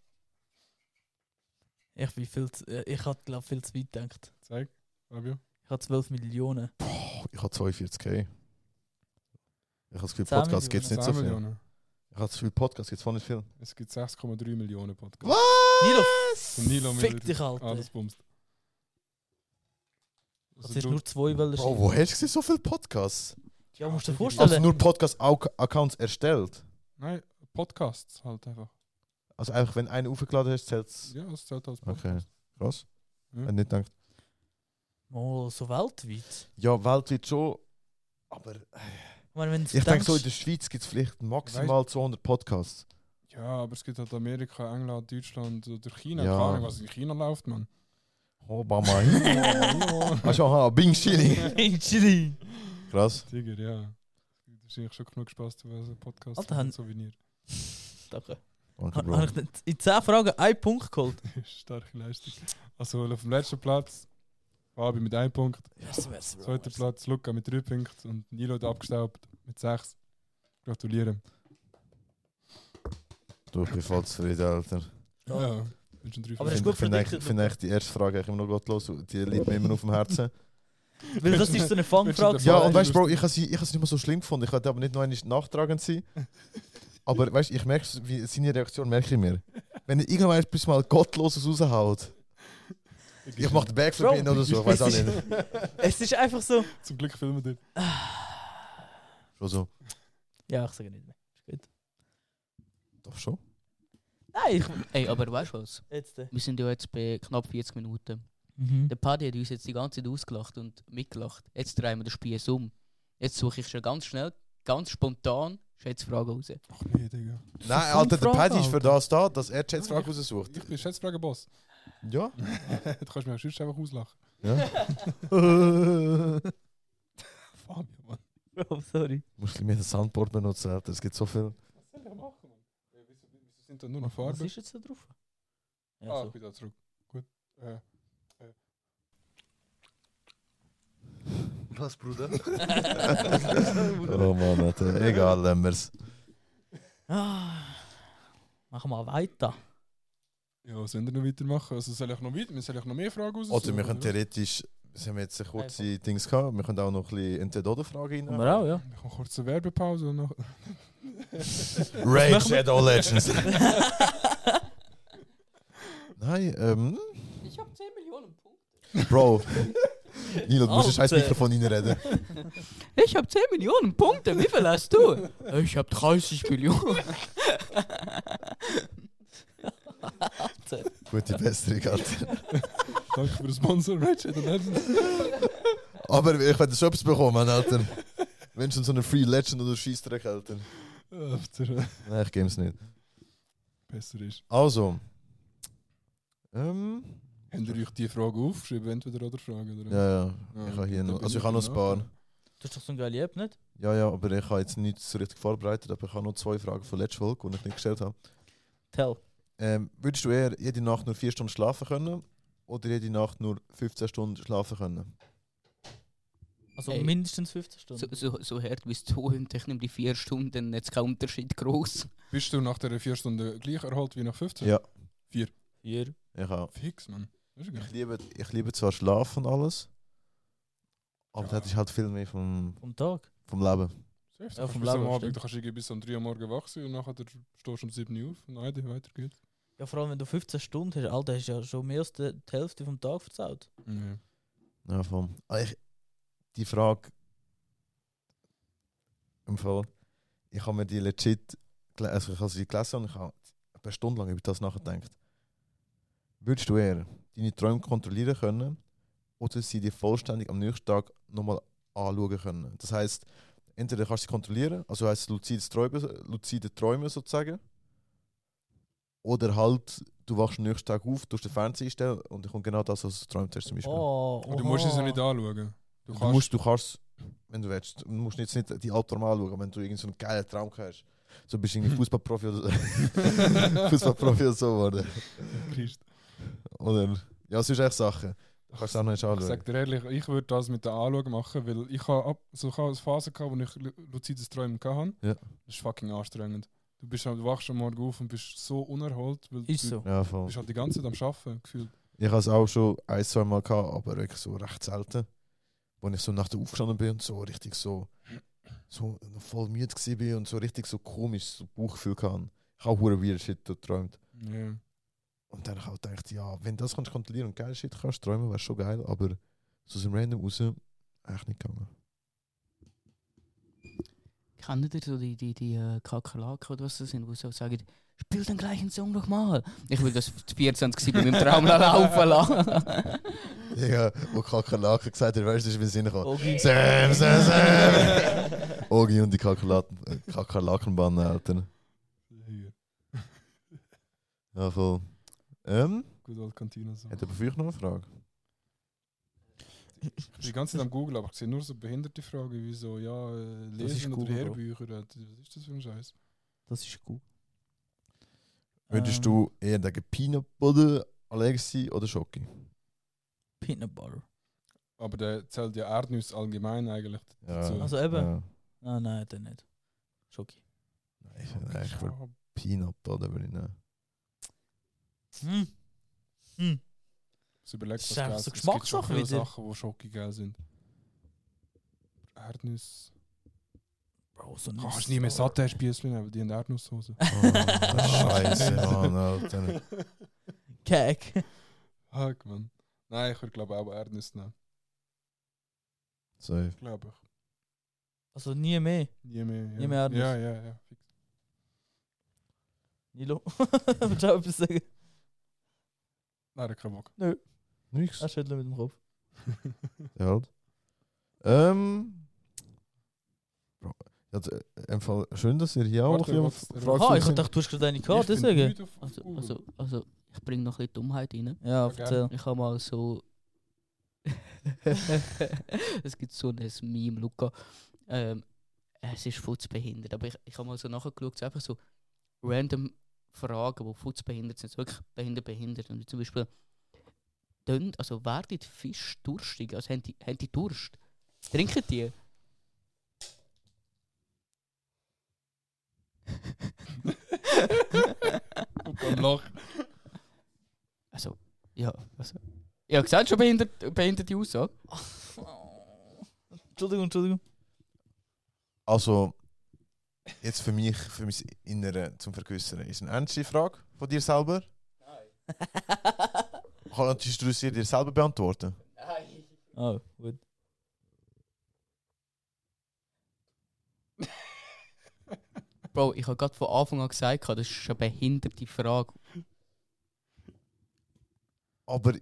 Speaker 3: Ich bin viel zu, äh, ich habe glaube viel zu weit gedacht.
Speaker 4: Zeig, Fabio.
Speaker 3: Ich habe 12 Millionen.
Speaker 2: Boah, ich habe 42k. Ich habe das Gefühl,
Speaker 3: 10
Speaker 2: Podcasts gibt es nicht
Speaker 3: Millionen.
Speaker 2: so
Speaker 4: 10
Speaker 2: viel.
Speaker 4: Millionen.
Speaker 2: Ich habe das Gefühl, Podcasts gibt es nicht viel.
Speaker 4: Es gibt 6,3 Millionen Podcasts.
Speaker 2: Was?
Speaker 4: Von Nilo
Speaker 3: Fick
Speaker 4: Müller.
Speaker 3: dich, Alter.
Speaker 4: Alles bumst.
Speaker 3: Also, du hast nur zwei Wellen
Speaker 2: Bro, wo Oh, hast du so viele Podcasts?
Speaker 3: Ja, musst du dir
Speaker 2: Also
Speaker 3: vorstellen.
Speaker 2: nur Podcast-Accounts erstellt?
Speaker 4: Nein, Podcasts halt einfach.
Speaker 2: Also einfach, wenn einen aufgeladen hast, zählt es.
Speaker 4: Ja, das zählt als Podcast.
Speaker 2: Okay, krass.
Speaker 4: Ja.
Speaker 2: Wenn nicht denkt,
Speaker 3: Oh, so weltweit.
Speaker 2: ja, weltweit schon. Aber
Speaker 3: Ich meine, wenn du
Speaker 2: ich denke, so in
Speaker 3: denkst-
Speaker 2: der Schweiz gibt es vielleicht maximal 200 Podcasts.
Speaker 4: Ja, aber es gibt halt Amerika, England, Deutschland oder China.
Speaker 2: Ja.
Speaker 4: Keine Ahnung, was in China läuft, Mann.
Speaker 2: Obama.
Speaker 3: Oh,
Speaker 2: Also, aha, Bing Schilling.
Speaker 3: Entschuldigung.
Speaker 2: Krass.
Speaker 4: Tiger, ja. Es gibt wahrscheinlich schon genug Spaß zu einem Podcast.
Speaker 3: Alter, haben-
Speaker 4: so wie ihr.
Speaker 3: Danke.
Speaker 2: Danke,
Speaker 3: Habe
Speaker 2: Bro.
Speaker 3: ich denn in 10 Fragen einen Punkt geholt?
Speaker 4: Starke Leistung. Also auf dem letzten Platz Fabi mit einem Punkt, zweiter Platz Luca mit drei Punkten und Nilo hat abgestaubt mit sechs. Gratulieren.
Speaker 2: Du, ich bin voll zufrieden, Alter.
Speaker 3: Ja.
Speaker 4: Ja, bin schon drei
Speaker 3: Aber das
Speaker 2: Ich
Speaker 3: ist gut
Speaker 4: Punkte.
Speaker 2: finde
Speaker 3: verdickt,
Speaker 2: eigentlich, find eigentlich die erste Frage eigentlich immer noch gottlos. Die liegt mir immer auf dem Herzen.
Speaker 3: Weil das ist so eine Fangfrage.
Speaker 2: Ja,
Speaker 4: Ja,
Speaker 2: und
Speaker 4: das
Speaker 2: weißt
Speaker 4: ist
Speaker 2: du, Bro, ich habe sie, ich habe sie nicht mal so schlimm gefunden. Ich wollte aber nicht noch einmal nachtragend sein. Aber weißt du, ich merke es, wie seine Reaktion merke ich mir. Wenn er irgendwann bis mal gottloses raushaut, ich mache den Backflip
Speaker 3: Bro,
Speaker 2: hin oder so, ich weiß auch nicht.
Speaker 3: Es ist einfach so.
Speaker 4: Zum Glück filmen wir den.
Speaker 2: Schon so,
Speaker 3: Ja, ich sage nicht mehr.
Speaker 2: doch schon.
Speaker 3: Nein, ich.
Speaker 5: Ey, aber weißt du was?
Speaker 3: Jetzt. äh.
Speaker 5: Wir sind ja jetzt bei knapp 40 Minuten. Der Paddy hat uns jetzt die ganze Zeit ausgelacht und mitgelacht. Jetzt drehen wir das Spiel um. Jetzt suche ich schon ganz schnell, ganz spontan Schätzfragen raus.
Speaker 4: Ach nee, Digga.
Speaker 2: Nein, Alter, der
Speaker 3: Frage,
Speaker 2: Paddy ist für das da, dass er die Schätzfrage raussucht.
Speaker 4: Ich bin Schätzfragenboss.
Speaker 2: Ja?
Speaker 4: du kannst mich auch sonst einfach auslachen.
Speaker 2: Ja.
Speaker 4: Fabio, Mann.
Speaker 3: Bro, sorry.
Speaker 2: Musst du mehr das Soundboard benutzen, Alter, es gibt so viel.
Speaker 4: Was soll ich machen, Mann? Ja, Wieso wieso sind da nur noch Farben?
Speaker 3: Was ist jetzt da drauf? Ja,
Speaker 4: Ah, ich
Speaker 3: so.
Speaker 4: bin da zurück. Gut. Äh, äh.
Speaker 6: was, Bruder.
Speaker 2: Oh Mann, Alter. Egal, lassen wir's.
Speaker 3: Ah. Machen wir weiter.
Speaker 4: Ja, was wollen wir noch weitermachen? Also soll ich noch weiter? Wir sollen noch mehr Fragen raus.
Speaker 2: Oder wir können theoretisch, wir haben jetzt eine kurze Dings gehabt, wir können auch noch ein bisschen Entweder-Oder-Frage
Speaker 3: Haben
Speaker 2: rein.
Speaker 3: wir auch, ja.
Speaker 4: Wir machen kurz eine Werbepause und noch.
Speaker 2: Raid
Speaker 3: machen wir?
Speaker 2: Shadow Legends. Nein, ähm,
Speaker 5: Ich habe 10 Millionen Punkte.
Speaker 2: Bro. Nilo, du musst ein
Speaker 3: Alter.
Speaker 2: scheiß Mikrofon reinreden.
Speaker 5: Ich habe 10 Millionen Punkte. Wie viel hast du? Ich habe 30 Millionen.
Speaker 2: Gute Besserung, Alter.
Speaker 4: Danke für den Sponsor, Ratchet und Legends.
Speaker 2: Aber ich werde schon etwas bekommen, Alter. Wenn schon so eine Free Legend oder Scheißdreck, Alter.
Speaker 4: After.
Speaker 2: Nein, ich game's nicht.
Speaker 4: Äh, Besser ist.
Speaker 2: Also. Ähm.
Speaker 4: Habt ihr euch die Frage aufgeschrieben? Entweder oder Frage? Oder?
Speaker 2: Ja, ja.
Speaker 4: Ah,
Speaker 2: Ich habe hier
Speaker 4: dann
Speaker 2: noch.
Speaker 4: bin
Speaker 2: Also ich habe noch ein paar.
Speaker 3: Du hast doch so ein geiles App, nicht?
Speaker 2: Ja, ja, aber ich habe jetzt nichts so richtig vorbereitet, aber ich habe noch zwei Fragen von letzter Folge, die ich nicht gestellt habe.
Speaker 3: Tell.
Speaker 2: Ähm, würdest du eher jede Nacht nur 4 Stunden schlafen können oder jede Nacht nur 15 Stunden schlafen können?
Speaker 3: Also
Speaker 5: Ey.
Speaker 3: mindestens 15
Speaker 5: So,
Speaker 3: Stunden.
Speaker 5: so, so hart wie es tönt, ich nehme die 4 Stunden, jetzt kein Unterschied groß.
Speaker 4: Bist du nach der 4 Stunden gleich erholt wie nach 15?
Speaker 2: Ja.
Speaker 3: Vier.
Speaker 2: Ich, auch.
Speaker 4: Fix, Mann. Das ist geil.
Speaker 2: ich, liebe, ich liebe zwar Schlafen und alles, aber
Speaker 4: Ja.
Speaker 2: das ist halt viel mehr vom,
Speaker 3: Am Tag.
Speaker 2: vom Leben.
Speaker 4: Safe,
Speaker 3: Ja,
Speaker 4: du kannst
Speaker 3: vom
Speaker 4: bis am
Speaker 3: Labern,
Speaker 4: Abend,
Speaker 3: stimmt.
Speaker 4: du kannst irgendwie bis um 3 Uhr morgens wach sein und nachher stehst du um 7 Uhr auf. Nein, dann weiter geht's.
Speaker 3: Ja, vor allem wenn du 15 Stunden hast, Alter, hast du ja schon mehr als die die Hälfte vom Tag verzaut.
Speaker 4: Ja.
Speaker 2: Ja, vom. Ah, Ich, die Frage. Im Fall. Ich habe mir die legit. gele- Also ich habe sie gelesen und ich habe ein paar Stunden lang über das nachgedacht. Würdest du eher deine Träume kontrollieren können oder sie dir vollständig am nächsten Tag nochmal anschauen können? Das heißt, entweder kannst du sie kontrollieren, also heißt luzides Träumen, luzide Träume sozusagen. Oder halt, du wachst am nächsten Tag auf, tust den Fernseher einstellen und dann kommt genau das, was du träumt hast zum Beispiel.
Speaker 3: Oh,
Speaker 4: Und du musst es ja
Speaker 3: oha.
Speaker 4: nicht anschauen. Du
Speaker 2: Du,
Speaker 4: kannst.
Speaker 2: musst, du kannst, wenn du willst, du musst jetzt nicht die Albträume anschauen, wenn du irgendeinen so einen geilen Traum hast. So bist du irgendwie Fußballprofi oder Fußballprofi oder so geworden.
Speaker 4: Christ.
Speaker 2: Oder, ja, es ist echt Sachen. Du kannst es auch noch nicht
Speaker 4: Ich
Speaker 2: anschauen.
Speaker 4: sag dir ehrlich, ich würde das mit der Anschauen machen, weil ich habe ab, so ich habe eine Phase gehabt, wo ich lu- luzides Träumen hatte.
Speaker 2: Ja.
Speaker 4: Das ist fucking anstrengend. Du, bist, am- du wachst am Morgen auf und bist so unerholt, weil
Speaker 3: Ist
Speaker 4: du
Speaker 3: so.
Speaker 2: Ja, voll.
Speaker 4: bist halt die ganze Zeit am Arbeiten gefühlt.
Speaker 2: Ich habe es auch schon ein, zwei Mal gehabt, aber wirklich so recht selten. Wo ich so nach der aufgestanden bin und so richtig so, so noch voll müde gewesen bin und so richtig so komisch so Bauchgefühl hatte. Ich habe auch verdammt weird Shit dort geträumt.
Speaker 4: Ja.
Speaker 2: Und dann habe ich auch gedacht, ja, wenn das kannst kontrollieren und geil Shit kannst träumen, wäre schon geil, aber so aus dem Random raus, echt nicht gegangen.
Speaker 5: Kennt ihr so die, die, die äh, Kakerlaken oder was das sind, die so sagen, spiel den gleichen Song nochmal. Ich will das zu 24 bei meinem Traum noch laufen lassen.
Speaker 2: Ja, wo Kakerlaken gesagt hat, weißt du, das ist mir in den Sinn gekommen.
Speaker 3: Ogi.
Speaker 2: Sam, Sam, Sam! Ogi und die Kakerlaken, äh, Kakerlakenbande, Alter.
Speaker 4: Hier.
Speaker 2: Ja, voll. Ähm,
Speaker 4: Gut alte Kantine. So.
Speaker 2: hat aber vielleicht noch eine Frage?
Speaker 4: Ich bin die ganze Zeit am Google, aber ich sehe nur so behinderte Fragen wie so, ja, äh,
Speaker 3: ist
Speaker 4: Lesen oder
Speaker 3: Google, Bro.
Speaker 4: Lehrbücher. äh, Was ist das für ein Scheiß?
Speaker 3: Das ist gut. Ähm.
Speaker 2: Würdest du eher gegen Peanut Butter allergisch sein oder Schoki?
Speaker 3: Ähm, Peanut Butter.
Speaker 4: Aber der zählt ja Erdnüsse allgemein eigentlich. dazu.
Speaker 3: Also eben.
Speaker 2: Ja.
Speaker 3: Ah, nein, dann nicht. Schoki.
Speaker 2: Nein, nein, ich würde Peanut Butter würde ich nehmen.
Speaker 3: Hm. Hm.
Speaker 4: Das überlegt
Speaker 3: Das
Speaker 4: was
Speaker 3: ist einfach so
Speaker 4: geil Es gibt schon
Speaker 3: Geschmackssache
Speaker 4: viele
Speaker 3: wieder.
Speaker 4: Sachen, die schockig geil sind. Erdnüsse.
Speaker 3: Bro, so ein
Speaker 4: Kannst du nie mehr
Speaker 3: Sour.
Speaker 4: Saté-Spießchen nehmen, weil die haben Erdnusssoße.
Speaker 2: Oh, Scheiße, Mann, Alter.
Speaker 3: Kek.
Speaker 4: Hack, Mann. Nein, ich würde glaube auch Erdnüsse nehmen.
Speaker 2: Safe.
Speaker 4: Glaube ich.
Speaker 3: Also nie mehr.
Speaker 4: Nie mehr. Ja.
Speaker 3: Nie mehr Erdnüsse.
Speaker 4: Ja, ja, ja. Fix.
Speaker 3: Nilo. Willst du auch etwas sagen?
Speaker 4: Nein, kein Bock.
Speaker 2: Nichts.
Speaker 3: Er schüttelt Ah, mit dem Kopf.
Speaker 2: Ja. halt. Ähm. Bro, ja, d- äh, im Fall schön, dass ihr hier auch
Speaker 4: Warte,
Speaker 2: jemand
Speaker 4: was-
Speaker 2: fragt.
Speaker 3: Ah, ich hab gedacht, du hast gerade eine
Speaker 4: Ich
Speaker 3: gehabt,
Speaker 4: bin
Speaker 3: deswegen.
Speaker 4: müde auf-
Speaker 5: Also,
Speaker 4: auf-
Speaker 5: also, also ich bringe noch ein bisschen Dummheit rein.
Speaker 3: Ja,
Speaker 4: Okay.
Speaker 3: erzähl.
Speaker 5: Ich habe mal so. es gibt so ein Meme, Luca. Ähm, es ist futzbehindert. Aber ich, ich habe mal so nachgeschaut, so einfach so random Fragen, die futzbehindert sind. So wirklich behindert, behindert. Und wie zum Beispiel, dünn, also werden die Fische durstig? Also haben die, haben die Durst? Trinken die?
Speaker 4: Am Loch.
Speaker 5: Also, ja. Also. Ich habe gesagt, schon behindert, behinderte Aussage.
Speaker 3: Entschuldigung, Entschuldigung.
Speaker 2: Also, jetzt für mich, für mein Innere zum Vergewissern, ist eine ernste Frage von dir selber. Kann natürlich du sie dir selber beantworten.
Speaker 3: oh, gut.
Speaker 5: Bro, ich habe gerade von Anfang an gesagt, das ist eine behinderte Frage.
Speaker 2: Aber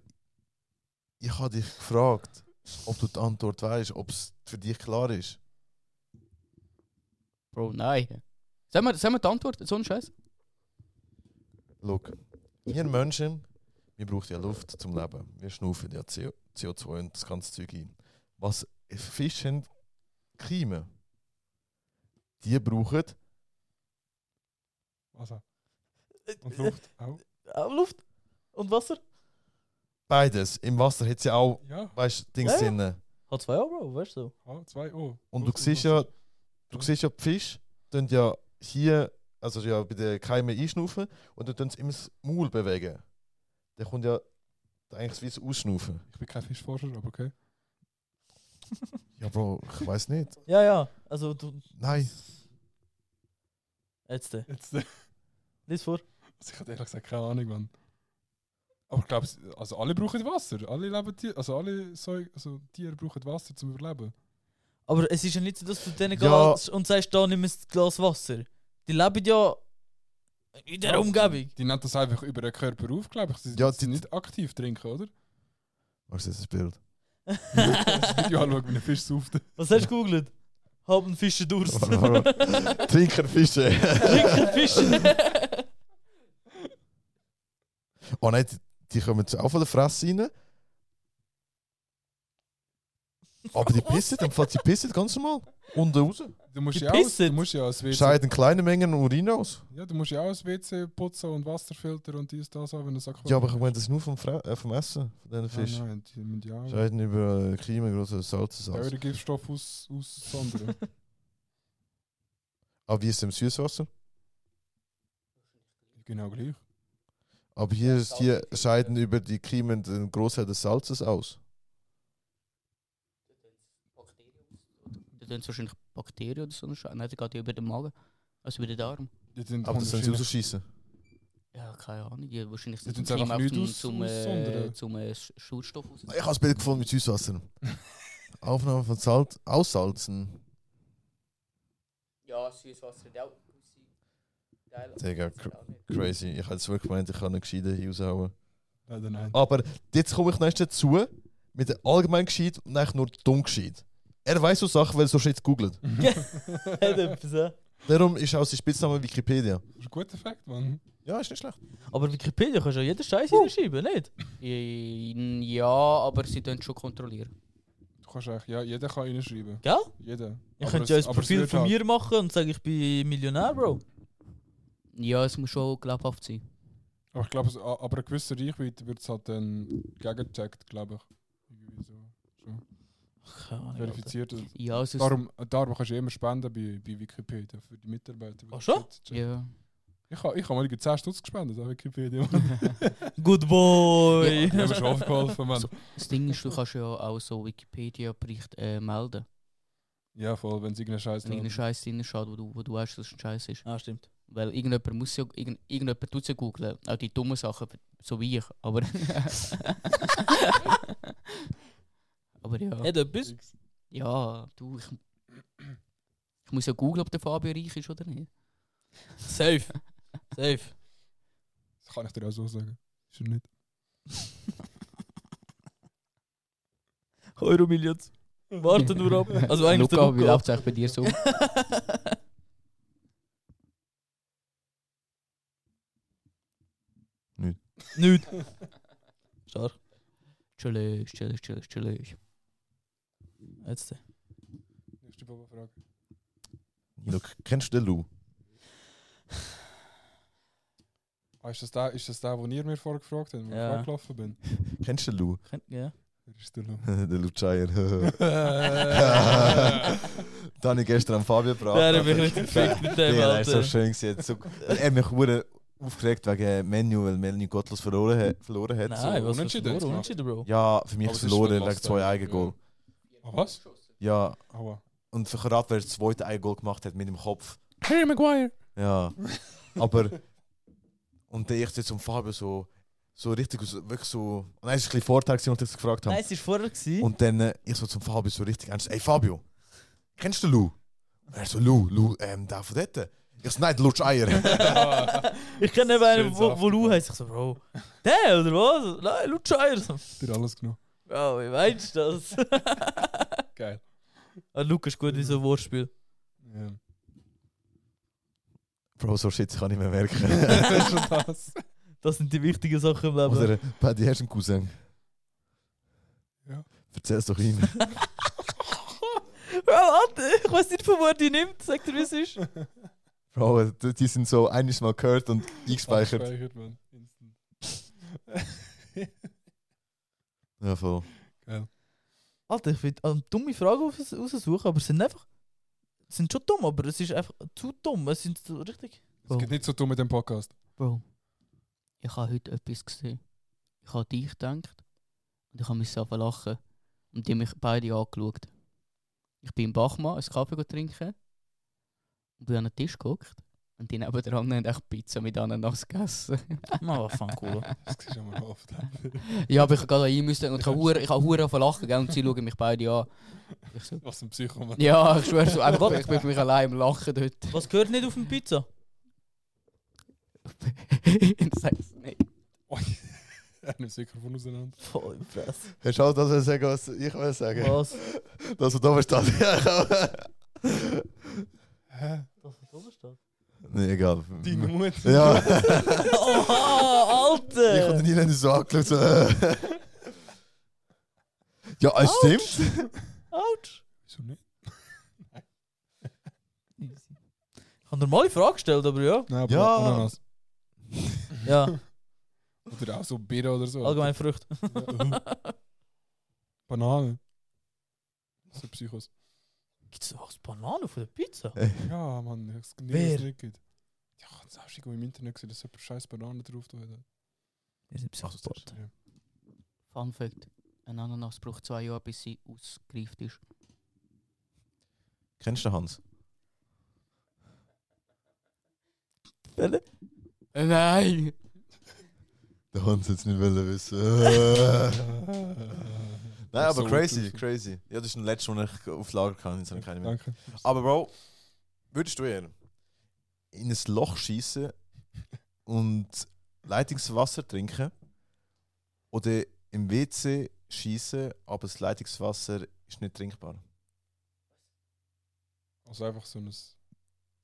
Speaker 2: ich habe dich gefragt, ob du die Antwort weißt, ob es für dich klar ist.
Speaker 5: Bro, nein. Sollen wir, sollen wir die Antwort? So ein Scheiß?
Speaker 2: Schau, wir Menschen, wir brauchen ja Luft zum Leben. Wir schnaufen ja CO CO2 und das ganze Zeug ein. Was Fische haben, Kiemen, die brauchen
Speaker 4: Also. Und Luft auch.
Speaker 3: Auch Äh, Luft und Wasser.
Speaker 2: beides. Im Wasser hat sie auch,
Speaker 4: Ja,
Speaker 2: weißt du, Dings
Speaker 3: Ja, ja.
Speaker 2: drin.
Speaker 3: H2O, Bro, weißt du?
Speaker 4: H2O.
Speaker 2: Und du
Speaker 4: Luft
Speaker 2: siehst ja,
Speaker 4: Wasser.
Speaker 2: du siehst ja, die Fische tun ja hier, also ja bei den Keimen einschnaufen und dann tun sie immer das Maul bewegen. Dann kommt ja eigentlich wie das Ausschnaufen.
Speaker 4: Ich bin kein Fischforscher, aber okay.
Speaker 2: Ja, Bro, ich weiß nicht.
Speaker 3: Ja, ja. Also, du.
Speaker 2: Nein.
Speaker 3: Jetzt, äh,
Speaker 4: Jetzt, äh,
Speaker 3: lies vor.
Speaker 4: also ich hatte ehrlich gesagt keine Ahnung, wann. Aber ich glaube, also alle brauchen Wasser. Alle leben Tiere, also alle Säug also Tiere brauchen Wasser zum Überleben.
Speaker 3: Aber es ist ja nicht so, dass du denen
Speaker 2: Ja.
Speaker 3: gehst und sagst, da nimm ein Glas Wasser. Die leben ja in der
Speaker 4: Ja.
Speaker 3: Umgebung.
Speaker 4: Die nehmen das einfach über den Körper auf, glaube ich. Sie
Speaker 2: Ja,
Speaker 4: ja, sind
Speaker 2: die-
Speaker 4: nicht aktiv trinken, oder?
Speaker 2: Was ist das Bild?
Speaker 4: Das Video anschauen, wie ein Fisch sauft.
Speaker 3: Was hast du gegoogelt? Haben Fische Durst.
Speaker 2: Warte, warte, Trinken Fische.
Speaker 3: Trinken Fische.
Speaker 2: Oh nein, die, die kommen jetzt auch von der Fresse rein. Aber die pissen, dann fällt sie pissen ganz normal. Unten raus.
Speaker 4: Du musst
Speaker 3: Die
Speaker 4: ja auch, du
Speaker 3: pissen.
Speaker 4: musst ja als WC,
Speaker 2: Scheiden kleine Mengen Urin aus.
Speaker 4: ja, du musst ja auch als WC putzen und Wasserfilter und dies, das haben, wenn du sagst,
Speaker 2: Ja, aber ich meine, das ist nur vom, Fre äh, vom Essen, von diesen Fischen.
Speaker 4: nein, die müssen ja auch
Speaker 2: Scheiden über äh, Klima, große Salzsauce.
Speaker 4: teure Giftstoff aus, aussondern.
Speaker 2: Aber wie ist es im Süßwasser?
Speaker 4: genau gleich.
Speaker 2: Aber hier, ist, hier scheiden über die Kiemen den Großteil des Salzes aus.
Speaker 5: Da tun sie wahrscheinlich Bakterien oder so. einen Scheiß. Nein, die geht ja über den Magen. Also über den Darm.
Speaker 4: Die sind
Speaker 2: Aber das sollen sie
Speaker 4: wahrscheinlich-
Speaker 2: rausschießen.
Speaker 5: Ja, keine Ahnung. Ja, wahrscheinlich
Speaker 4: Die
Speaker 5: sind
Speaker 4: tun's einfach
Speaker 5: Kiemen
Speaker 4: nicht aus-
Speaker 5: zum, äh,
Speaker 4: aussondern.
Speaker 5: zum äh, Sch- Schulstoff aus.
Speaker 2: Ich habe das Bild gefunden mit Süßwasser. Aufnahme von Salz, Aussalzen.
Speaker 5: Ja, Süßwasser, ja.
Speaker 2: Digga, cr- crazy. Ich hätte es wirklich gemeint, ich kann nicht gescheiden hier raushauen.
Speaker 4: Leider nein.
Speaker 2: Aber jetzt komme ich nächstes dazu, mit der allgemein gescheit und eigentlich nur dumm gescheit. Er weiß so Sachen, weil er so schnell googelt.
Speaker 3: Hat etwas, ja.
Speaker 2: Darum ist auch sein Spitzname Wikipedia.
Speaker 4: Das ist ein guter Effekt, Mann.
Speaker 2: Ja, ist nicht schlecht.
Speaker 3: Aber Wikipedia kannst du ja jeden Scheiß hinschreiben, nicht?
Speaker 5: Äh, Ja, aber sie tun schon kontrollieren.
Speaker 4: Du kannst eigentlich, ja, jeder kann reinschreiben.
Speaker 3: Gell?
Speaker 4: Jeder.
Speaker 3: Ich
Speaker 4: Aber
Speaker 3: könnte ja ein
Speaker 4: es- aber es
Speaker 3: Profil
Speaker 4: wird
Speaker 3: von
Speaker 4: halt-
Speaker 3: mir machen und sagen, ich bin Millionär, Bro.
Speaker 5: Ja, es muss schon glaubhaft sein.
Speaker 4: Aber ich glaube, es- a- aber eine gewisse Reichweite wird es halt dann gegengecheckt, glaube ich. Irgendwie so.
Speaker 3: Keine Ahnung, Alter.
Speaker 4: Verifiziert. und-
Speaker 5: Ja, sonst,
Speaker 4: Darum, darum kannst du immer spenden bei, bei Wikipedia für die Mitarbeiter. die
Speaker 3: Ach
Speaker 4: das
Speaker 3: schon?
Speaker 4: dort checken.
Speaker 5: ja.
Speaker 4: Ich habe ich hab mal 10 Stutz gespendet an Wikipedia.
Speaker 3: Good boy.
Speaker 4: Ich habe mir schon aufgeholfen, Mann.
Speaker 5: So. Das Ding ist, du kannst ja auch so Wikipedia-Bericht äh, melden.
Speaker 4: Ja, voll, wenn es irgendeinen Scheiß
Speaker 5: Wenn irgendein Scheiß drin steht, wo du, wo du weißt, dass es ein Scheiß ist.
Speaker 3: Ah, stimmt.
Speaker 5: Weil irgendjemand muss ja, irgend, irgendjemand tut ja googeln. Auch die dummen Sachen, so wie ich. Aber. aber ja.
Speaker 3: Hat etwas?
Speaker 5: Ja, du, ich. Ich muss ja googeln, ob der Fabio reich ist oder nicht.
Speaker 3: Safe. Safe.
Speaker 4: Das kann ich dir auch so sagen. Ist er nicht.
Speaker 3: Euro Millions. Warte nur ab. Also eigentlich
Speaker 5: Luca,
Speaker 3: der
Speaker 5: wie
Speaker 3: Luca.
Speaker 5: läuft es eigentlich bei dir so?
Speaker 3: Nicht. Stark.
Speaker 5: Chillig, chillig, chillig, chillig.
Speaker 3: Jetzt. äh.
Speaker 4: Nächste Baba-Frage.
Speaker 2: Look, kennst du den Lou?
Speaker 4: Ah, ist das der, ist das der, wo ihr mir vorher gefragt habt, wo
Speaker 3: Ja.
Speaker 4: ich angelaufen bin?
Speaker 2: Kennst du den Lou?
Speaker 3: Kennt- Ja.
Speaker 4: Stallone.
Speaker 2: der Lucian.
Speaker 3: Der
Speaker 2: da habe ich gestern an Fabio gebracht.
Speaker 3: hat mich richtig gefickt mit
Speaker 2: Nee,
Speaker 3: dem,
Speaker 2: er ist so
Speaker 3: Alter.
Speaker 2: schön. gewesen, hat So, er hat mich hure aufgeregt wegen Menu, weil Melanie gottlos verloren hat. Verloren hat
Speaker 3: Nein,
Speaker 2: so.
Speaker 3: was
Speaker 4: Unentschieden
Speaker 3: unentschieden,
Speaker 4: jetzt gemacht.
Speaker 3: unentschieden, Bro.
Speaker 2: Ja, für mich
Speaker 4: Aber es ist
Speaker 2: verloren
Speaker 4: schon
Speaker 2: wegen
Speaker 4: fast
Speaker 2: zwei
Speaker 4: ein-
Speaker 2: Eigengol.
Speaker 4: Ah, was?
Speaker 2: Ja.
Speaker 4: Aua.
Speaker 2: und für gerade wer das zweite Eigengol gemacht hat mit dem Kopf.
Speaker 4: Harry Maguire!
Speaker 2: Ja. Aber. Und der ich jetzt um Fabio so. So richtig, aus- wirklich so. Nein, es war ein bisschen Vorteil, als ich das gefragt habe.
Speaker 3: Nein, es war vorher. Gewesen.
Speaker 2: Und dann äh, ich so zum Fabio so richtig ernst, ey Fabio, kennst du Lou? Er so, Lou, Lou, ähm, der von dort. Ich so, nein, der lutscht Eier.
Speaker 3: ich kenne eben einen,
Speaker 4: Schönes
Speaker 3: wo, wo Lou
Speaker 4: Abend.
Speaker 3: heißt. Ich so, Bro, der oder was? Nein, Lou Scheier. So,
Speaker 4: Dir alles genommen.
Speaker 3: Bro, wie meinst du das?
Speaker 4: Geil.
Speaker 3: ah, Luke ist gut in so einem Wortspiel.
Speaker 4: Ja.
Speaker 2: Bro, so Shit kann ich mir merken.
Speaker 4: das ist schon das.
Speaker 3: Das sind die wichtigen Sachen im Leben.
Speaker 2: Oder, äh, Paddy, hast du einen Cousin?
Speaker 4: Ja.
Speaker 2: Erzähl's doch ihm.
Speaker 3: Bro, Alter, ich weiß nicht, von wo er die nimmt. Sagt er, wie es ist.
Speaker 2: Bro, äh, die- die sind so einiges Mal gehört und eingespeichert.
Speaker 4: Gespeichert, man. Instant.
Speaker 2: Ja, voll.
Speaker 4: Geil.
Speaker 3: Alter, ich will eine dumme Frage raus- raussuchen, aber es sind einfach. es Sind schon dumm, aber es ist einfach zu dumm. Es sind so richtig.
Speaker 4: Es geht nicht so dumm mit dem Podcast.
Speaker 5: Bro, ich habe heute etwas gesehen. Ich habe an dich gedacht und ich habe mich selber lachen. Und die haben mich beide angeschaut. Ich bin im Bachmann einen Kaffee trinken und bin an den Tisch geguckt. Und die nebendran haben echt Pizza mit Ananas gegessen.
Speaker 3: Na, was fang cool.
Speaker 4: Das siehst du mal oft.
Speaker 5: ja, aber ich habe gerade rein müssen und ich habe hure- ich habe hure auf Lachen gell, und sie schauen mich beide an. Ich so,
Speaker 4: Was ein Psycho, man.
Speaker 5: ja, ich schwöre so, einfach, ich bin für mich allein im Lachen dort.
Speaker 3: Was gehört nicht auf dem Pizza?
Speaker 5: Sag es nicht.
Speaker 4: Er nimmt das Mikrofon auseinander.
Speaker 3: Voll im Fress.
Speaker 2: Hast du auch das sagen, was ich will sagen?
Speaker 3: Was?
Speaker 2: Dass du da bist, ja.
Speaker 4: Hä?
Speaker 3: Das ist Oberstadt.
Speaker 2: nee, egal.
Speaker 4: Deine Mutter.
Speaker 2: Hm. Ja.
Speaker 3: Oh, Oha,
Speaker 2: Ich habe
Speaker 3: Alter!
Speaker 2: den Niederländer so angeschaut. So. äh. ja, es stimmt.
Speaker 3: Autsch!
Speaker 4: Wieso nicht?
Speaker 3: Easy. Ich habe normale Frage gestellt, aber ja.
Speaker 4: Nein, aber
Speaker 2: Ja.
Speaker 4: Ananas.
Speaker 3: Ja,
Speaker 4: Oder auch so Bier oder so.
Speaker 3: allgemein Frucht.
Speaker 4: Banane. So Psychos.
Speaker 3: Gibt es auch Bananen von der Pizza?
Speaker 4: Ja, Mann, ich hab's
Speaker 3: Wer?
Speaker 4: nicht, nicht geht. Ja, das hast du irgendwo im Internet gesehen, dass jemand scheiß Banane drauf da hat.
Speaker 3: Wir sind
Speaker 2: Ach, das
Speaker 3: Psychopath.
Speaker 4: Ja.
Speaker 5: Fun Fact: Ein Ananas braucht zwei Jahre, bis sie ausgereift ist.
Speaker 2: Kennst du den Hans?
Speaker 3: Welle?
Speaker 5: Nein!
Speaker 2: Der Hans jetzt nicht wollen wissen. Nein, aber
Speaker 4: So
Speaker 2: crazy,
Speaker 4: dürfen.
Speaker 2: crazy. Ja, das ist der letzte, den ich auf Lager kann, jetzt habe ich keine mehr.
Speaker 4: Danke.
Speaker 2: Aber Bro, würdest du eher in ein Loch schießen und Leitungswasser trinken oder im WC schießen, aber das Leitungswasser ist nicht trinkbar?
Speaker 4: Also einfach so ein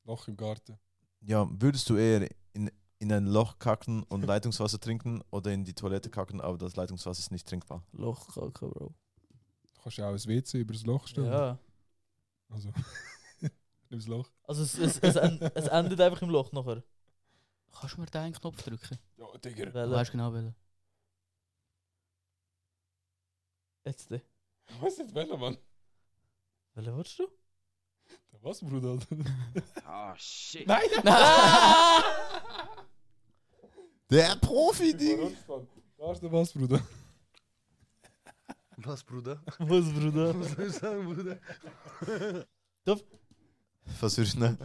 Speaker 4: Loch im Garten.
Speaker 2: Ja, würdest du eher in, in ein Loch kacken und Leitungswasser trinken oder in die Toilette kacken, aber das Leitungswasser ist nicht trinkbar?
Speaker 3: Lochkacke, Bro.
Speaker 4: Du kannst ja auch ein WC über das Loch stellen.
Speaker 3: Ja.
Speaker 4: Also, nimm das Loch.
Speaker 3: Also es, es, es, en- es endet einfach im Loch nachher.
Speaker 5: Kannst du mir den Knopf drücken?
Speaker 4: Ja, Digga.
Speaker 5: Du
Speaker 3: Welle.
Speaker 5: weißt genau welchen.
Speaker 3: Jetzt. die.
Speaker 4: Was ist jetzt Welle, Mann?
Speaker 3: Welle willst du?
Speaker 4: Was, Bruder?
Speaker 1: Oh shit.
Speaker 4: Nein!
Speaker 2: Der Profi, Ding!
Speaker 4: Mann. Da ist der was, Bruder.
Speaker 2: Was, Bruder?
Speaker 3: Was, Bruder?
Speaker 2: soll ich sagen, Bruder?
Speaker 3: Duff.
Speaker 2: Was würdest du nehmen?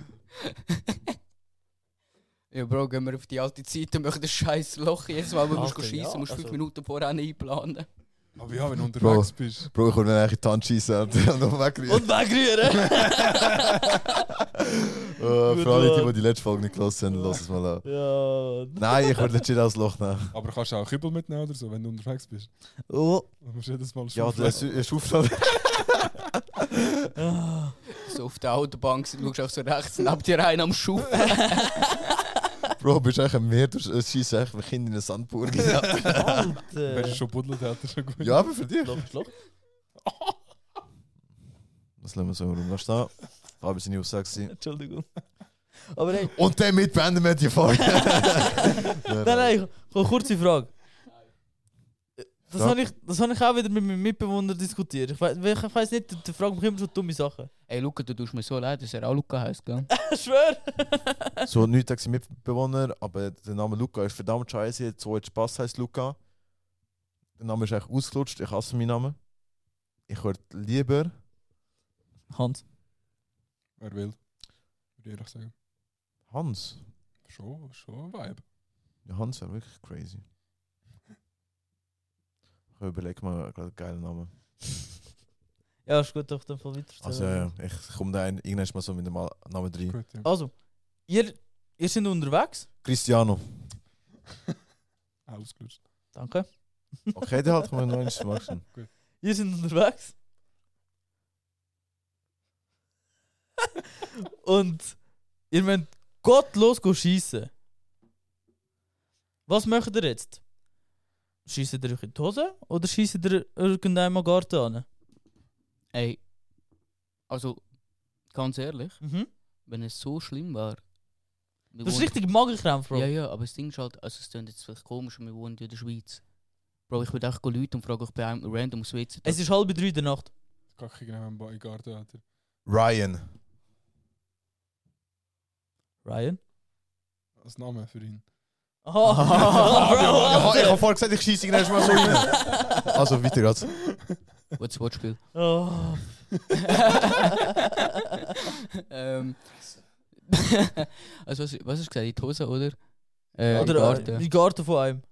Speaker 5: ja, Bro, gehen wir auf die alte Zeit und machen das scheiß Loch jetzt, weil man musst
Speaker 3: Alter,
Speaker 5: schießen,
Speaker 3: ja,
Speaker 5: musst fünf
Speaker 3: also-
Speaker 5: Minuten vorher einplanen.
Speaker 4: Aber ja, wenn du unterwegs bist.
Speaker 2: Bro, ich würde mir eigentlich die Hand schiessen und noch wegrühren.
Speaker 3: Und wegrühren!
Speaker 2: Äh, Für alle, die, die die letzte Folge nicht gehört haben, lass es mal an.
Speaker 3: eh, ja. Mann.
Speaker 2: Nein, ich würde nicht aus Loch nehmen.
Speaker 4: Aber kannst du auch Kübel mitnehmen oder so, wenn du unterwegs bist.
Speaker 3: Oh.
Speaker 4: Du musst jedes Mal
Speaker 2: Ja,
Speaker 4: schaufeln.
Speaker 2: das ist Aufnahme.
Speaker 3: Ah.
Speaker 5: So auf der Autobank schaust du auch so rechts neben dir einen am Schuh.
Speaker 2: Bro, bist du eigentlich ein Meer, dus, eh, du schießt eigentlich ein Kind in eine Sandburg.
Speaker 3: Ah,
Speaker 4: Wenn du
Speaker 3: Alter.
Speaker 4: schon buddelt, hat er schon gut.
Speaker 2: Ja, aber für dich.
Speaker 3: Loch ist Loch.
Speaker 2: Das lassen wir so rum. Lass da. Aber seine Aussage war.
Speaker 3: Entschuldigung. Oh, Aber hey,
Speaker 2: Und damit beenden wir die Folge.
Speaker 3: Eh, nein, nein, ich habe eine kurze Frage. Das
Speaker 2: Ja.
Speaker 3: habe ich, das habe ich auch wieder mit meinem Mitbewohner diskutiert. Ich weiß, ich weiß nicht, der- der fragt mich immer so dumme Sachen.
Speaker 5: Ey, Luca, du tust mir so leid, dass er auch Luca heisst, gell?
Speaker 3: Ich schwör!
Speaker 2: So, nicht gegen seinen Mitbewohner, aber der Name Luca ist verdammt scheiße. So jetzt Spaß heißt Luca. Der Name ist echt ausgelutscht. Ich hasse meinen Namen. Ich würde lieber.
Speaker 3: Hans.
Speaker 4: Wer will. Würde ich ehrlich sagen.
Speaker 2: Hans.
Speaker 4: Schon, schon ein Vibe.
Speaker 2: Ja, Hans wäre wirklich crazy. Ich überlege mal gerade einen geilen Namen.
Speaker 3: Ja, ist gut, doch dann voll weiter.
Speaker 2: Also, ja, ich komme da ein, irgendwann mal so mit dem Mal- Namen rein.
Speaker 4: Gut, ja.
Speaker 3: also ihr, ihr seid unterwegs.
Speaker 2: Cristiano.
Speaker 4: Ausgelöst.
Speaker 3: Danke.
Speaker 2: Okay, der hat mir noch eins machen.
Speaker 3: Ihr seid unterwegs. Und ihr müsst gottlos schießen. Was macht ihr jetzt? Schießt ihr euch in die Hose oder schießt ihr irgendeinem Garten an?
Speaker 5: Ey, also, ganz ehrlich,
Speaker 3: Mhm.
Speaker 5: wenn es so schlimm war. wir
Speaker 3: Du hast
Speaker 5: wohnen-
Speaker 3: richtig Magenkrämpfe, Bro.
Speaker 5: Ja, ja, aber das Ding ist halt, also es klingt jetzt vielleicht komisch, wir wohnen ja in der Schweiz. Bro, ich würde echt gehen Leute und fragen, ob bei einem random aus WC
Speaker 3: Es ist halb drei in der Nacht.
Speaker 4: Kacke genau im Ba- im Garten, Alter.
Speaker 2: Ryan.
Speaker 3: Ryan?
Speaker 4: Als Name für ihn.
Speaker 2: Ja,
Speaker 3: Aha!
Speaker 2: ich
Speaker 3: Oh, Bro,
Speaker 2: habe vorher gesagt, ich schieße irgendwann mal so rein. Also, weiter geht's.
Speaker 5: Gutes Wortspiel.
Speaker 3: Oh.
Speaker 5: ähm, also, was, was hast du gesagt? In die Hose, oder? Äh,
Speaker 3: Oder
Speaker 5: im Garten.
Speaker 3: Garten. die Garten von einem.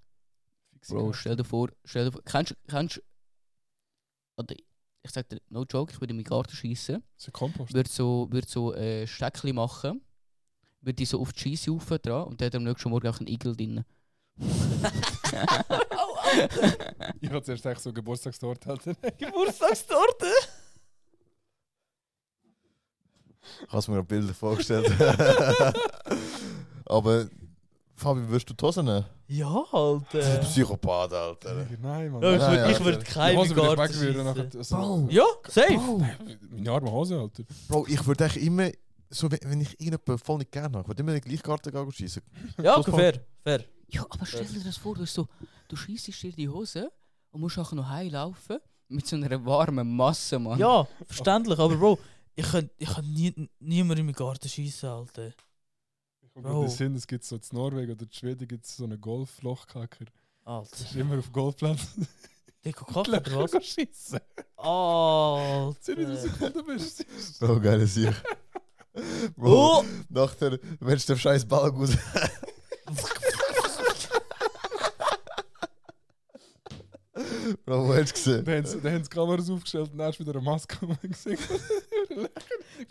Speaker 4: Fix
Speaker 5: Bro,
Speaker 4: Garten.
Speaker 5: stell dir vor, stell dir vor, kennst du, kennst du- oder ich sag dir, no joke, ich würde in meinen Garten schießen,
Speaker 4: Das ist ein Kompost.
Speaker 5: würde so, würd so äh, Steckchen machen, würde die so auf die Scheisse rauf dran und dann hat am nächsten Morgen auch einen Igel drin.
Speaker 4: Ich hatte zuerst eigentlich so Geburtstagstorte, Alter.
Speaker 3: Geburtstagstorte!
Speaker 2: Ich habe mir gerade Bilder vorgestellt. aber, eh, Fabi, wirst du die Hose nehmen?
Speaker 3: Ja,
Speaker 2: Du bist
Speaker 3: Alter.
Speaker 2: ein Psychopath, eh, Alter.
Speaker 4: Nein, Mann.
Speaker 3: Ja, dus ich
Speaker 2: Nein,
Speaker 3: würde ich
Speaker 2: Alter.
Speaker 3: würd
Speaker 4: Die
Speaker 3: keinen
Speaker 4: Hose würde ich
Speaker 3: Garten
Speaker 4: wegwürgen,
Speaker 3: schießen.
Speaker 4: nachher- also-
Speaker 3: Ja, safe.
Speaker 2: Bro,
Speaker 4: Meine arme Hose, Alter.
Speaker 2: Bro ich würde echt immer, so, wenn, wenn ich irgendjemanden voll nicht gerne habe, ich würde immer in den gleichen Garten gehen und schießen.
Speaker 3: Ja,
Speaker 2: Schluss,
Speaker 3: fair. fair.
Speaker 5: Ja, aber stell dir das vor, du, hast so, du schießt dir die Hose und musst nachher noch heimlaufen mit so einer warmen Masse, Mann.
Speaker 3: Ja, verständlich, aber Bro, ich könnte ich könnt nie, niemand in meinen Garten schießen, Alter.
Speaker 4: Ich komme
Speaker 3: Bro.
Speaker 4: gerade hin, es gibt so in Norwegen oder in Schweden gibt es so einen Golflochkacker.
Speaker 3: Alter.
Speaker 4: Das ist immer auf Golfplatz.
Speaker 3: Deko Kaffee oder was? Eh.
Speaker 4: schießen. Sind wir
Speaker 3: Alter.
Speaker 4: rausgekommen, bist
Speaker 2: So geil ist ich. Bro,
Speaker 3: Oh!
Speaker 2: nach der, wenn du den scheiß Ball gut. Bro, wo hast du gesehen?
Speaker 4: Da haben sie da haben sie Kameras aufgestellt und dann hast du wieder eine Maske gesehen.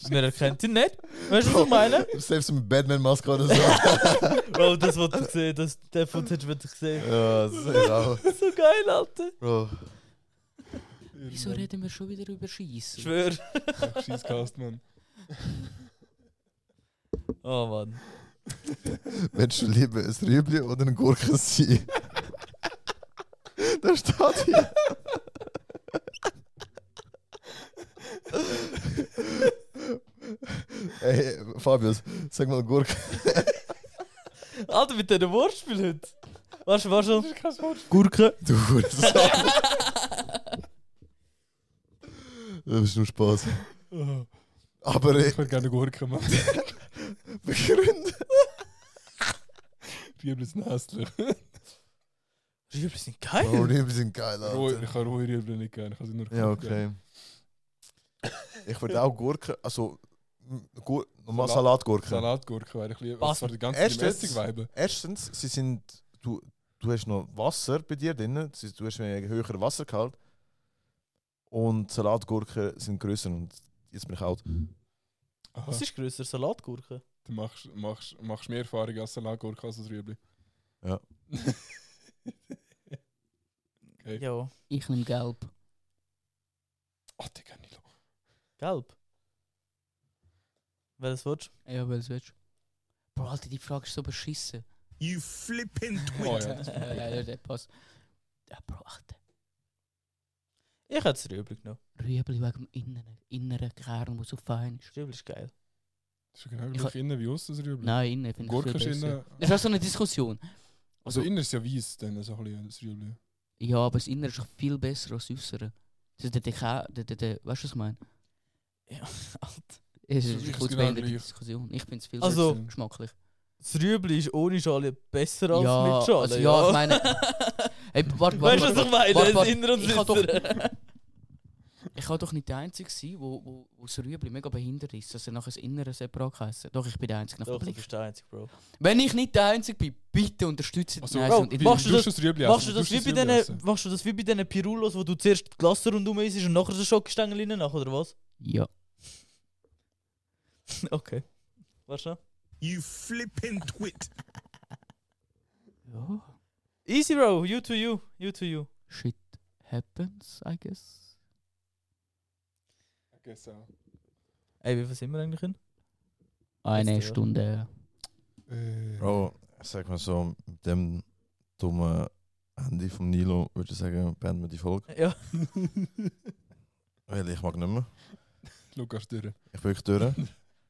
Speaker 3: Wir erkennen ihn nicht. Weißt du, was ich meine?
Speaker 2: Selbst mit Batman-Maske oder so.
Speaker 3: Bro, das, was ich gesehen das der Footage wird ich gesehen.
Speaker 2: ja, genau.
Speaker 3: So geil, Alter.
Speaker 2: Bro,
Speaker 5: Wieso reden wir schon wieder über Schießen?
Speaker 3: Schwör.
Speaker 4: Scheißcast, Mann.
Speaker 3: Oh Mann.
Speaker 2: willst du lieber ein Rüebli oder eine Gurke sein? Das steht hier. Ey, Fabius, sag mal Gurke.
Speaker 3: Alter, mit diesen Wortspiel heute. Warst du, warst du?
Speaker 4: Das ist kein Wort.
Speaker 3: Gurke.
Speaker 2: Du Hurensohn. Das ist nur Spaß.
Speaker 4: Ich
Speaker 2: Aber ich
Speaker 4: würde gerne eine Gurke machen.
Speaker 2: begründe.
Speaker 4: Riebel sind hässlich.
Speaker 3: Rüebli sind
Speaker 2: Oh,
Speaker 3: geil.
Speaker 2: Rüebli sind geil,
Speaker 4: Rohe-
Speaker 2: Alter.
Speaker 4: Ich kann rohe Riebel nicht gerne. Ich kann sie nur
Speaker 2: Ja,
Speaker 4: gekocht gerne.
Speaker 2: okay. Ich würde auch Gurken, also m, Gur normal
Speaker 4: Salat.
Speaker 2: Salatgurken.
Speaker 4: Salatgurke wäre ich lieber.
Speaker 3: Was?
Speaker 4: Das war die ganze
Speaker 2: Erstens-
Speaker 4: Domestik-Weibe.
Speaker 2: Erstens, sie sind, du, du hast noch Wasser bei dir drin, Sie- du hast einen höheren Wassergehalt. Und Salatgurken sind größer und jetzt bin ich alt.
Speaker 3: Was ist grösser, Salatgurke?
Speaker 4: Du machst, machst, machst mehr Erfahrung als Salatgurke als als Rüebli.
Speaker 2: Ja.
Speaker 4: Okay.
Speaker 3: Ja.
Speaker 5: Ich nehme Gelb.
Speaker 4: Oh, Digga, Nilo.
Speaker 3: Gelb. Welches Wort?
Speaker 5: Ja, weil es willst. Bro, Alter, die Frage ist so beschissen.
Speaker 6: You flipping
Speaker 4: Oh,
Speaker 6: twit.
Speaker 4: ja, das ist
Speaker 5: ja,
Speaker 4: gut.
Speaker 5: ja, ja, der passt. Ja, Bro, Alter.
Speaker 3: Ich hätte es Rüebli genommen.
Speaker 5: Rüebli wegen dem inneren, inneren Kern, der so fein ist.
Speaker 3: Rüebli ist geil.
Speaker 4: Das ist ja genau
Speaker 5: Ich
Speaker 4: gleich innen wie außen das Rüebli.
Speaker 5: Nein, innen finde ich
Speaker 4: Gurke
Speaker 5: viel
Speaker 4: ist
Speaker 5: besser.
Speaker 4: innen.
Speaker 5: Das ist auch so eine Diskussion.
Speaker 4: Also
Speaker 5: Also,
Speaker 4: innen ist ja weiss, dann so ein bisschen das Rüebli.
Speaker 5: Ja, aber das Innere ist doch viel besser als das Äußere. Das ist der Deka, der, der, der, weißt du, was ich meine?
Speaker 3: Ja, Alter.
Speaker 4: ist
Speaker 5: Es ist eine
Speaker 4: genau
Speaker 5: kurzweilige
Speaker 4: gleich.
Speaker 5: Diskussion. Ich finde es viel
Speaker 3: Also-
Speaker 5: besser geschmacklich.
Speaker 3: Das Rüebli ist ohne Schale besser als
Speaker 5: Ja,
Speaker 3: mit Schale.
Speaker 5: also ja, ich meine- Hey, warte, warte,
Speaker 3: weißt du,
Speaker 5: warte,
Speaker 3: was ich meine?
Speaker 5: warte,
Speaker 3: das
Speaker 5: warte.
Speaker 3: Innere und das
Speaker 5: Ich kann doch-
Speaker 3: Äußere.
Speaker 5: Ich kann doch nicht der Einzige sein, wo, wo, wo das Rüebli mega behindert ist, dass er nachher das Innere separat heisst. Doch, ich bin der Einzige nach dem
Speaker 3: Doch, du
Speaker 5: Blick.
Speaker 3: bist der Einzige, Bro.
Speaker 5: Wenn ich nicht der Einzige bin, bitte unterstützt
Speaker 4: Also,
Speaker 5: den
Speaker 3: Bro,
Speaker 5: Eis und
Speaker 4: Wie,
Speaker 5: ich-
Speaker 3: machst du
Speaker 4: tust das
Speaker 5: also
Speaker 4: Rüebli
Speaker 3: Machst du,
Speaker 4: essen?
Speaker 3: das wie
Speaker 4: tust
Speaker 3: bei
Speaker 4: Rüebli
Speaker 3: denen,
Speaker 4: essen?
Speaker 3: machst du das wie bei diesen Pirulos, wo du zuerst die Glasse rundum isst und nachher den Schokostängel rein, oder was?
Speaker 5: Ja.
Speaker 3: okay. Weißt du?
Speaker 6: You flippin' twit.
Speaker 5: ja.
Speaker 3: Easy, Bro. You to you. You to you.
Speaker 5: Shit happens, I guess.
Speaker 4: I guess auch.
Speaker 3: Ey, wie viel sind wir eigentlich hin?
Speaker 5: Ah, Eine
Speaker 3: Letzte, ja.
Speaker 5: Stunde.
Speaker 4: Äh,
Speaker 2: Bro, sag mal so, mit dem dummen Handy vom Nilo würde ich sagen, beenden wir die Folge.
Speaker 3: Ja.
Speaker 2: Weil ich mag nicht mehr.
Speaker 4: Lukas Dürre.
Speaker 2: Ich bin wirklich durch.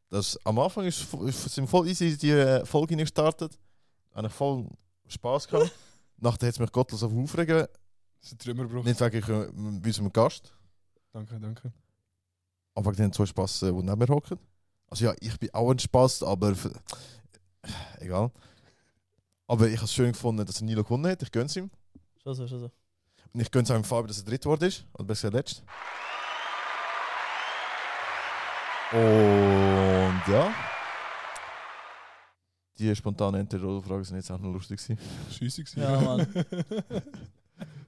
Speaker 2: Das, am Anfang ist, vo- ist, sind voll easy die äh, Folge hineingestartet. Habe ich voll Spass gehabt. Nachher hat es mich gottlos auf aufregen.
Speaker 4: Das ist ein Trümmerbruch.
Speaker 2: Nicht wegen äh, unserem Gast,
Speaker 4: Danke, danke.
Speaker 2: aber wegen den zwei Spass, äh, die neben mir hocken. Also ja, ich bin auch ein Spass, aber f- egal. Aber ich habe es schön gefunden, dass er Nilo gewonnen hat. Ich gönne es ihm.
Speaker 3: Schon so, schon so.
Speaker 2: Und ich gönne es auch im Fabi, dass er dritt geworden ist. Oder besser gesagt, letzt. Und ja. Die spontanen Entweder-Oder-Fragen sind jetzt auch noch lustig. gewesen.
Speaker 4: Scheisse gewesen.
Speaker 3: Ja, Mann.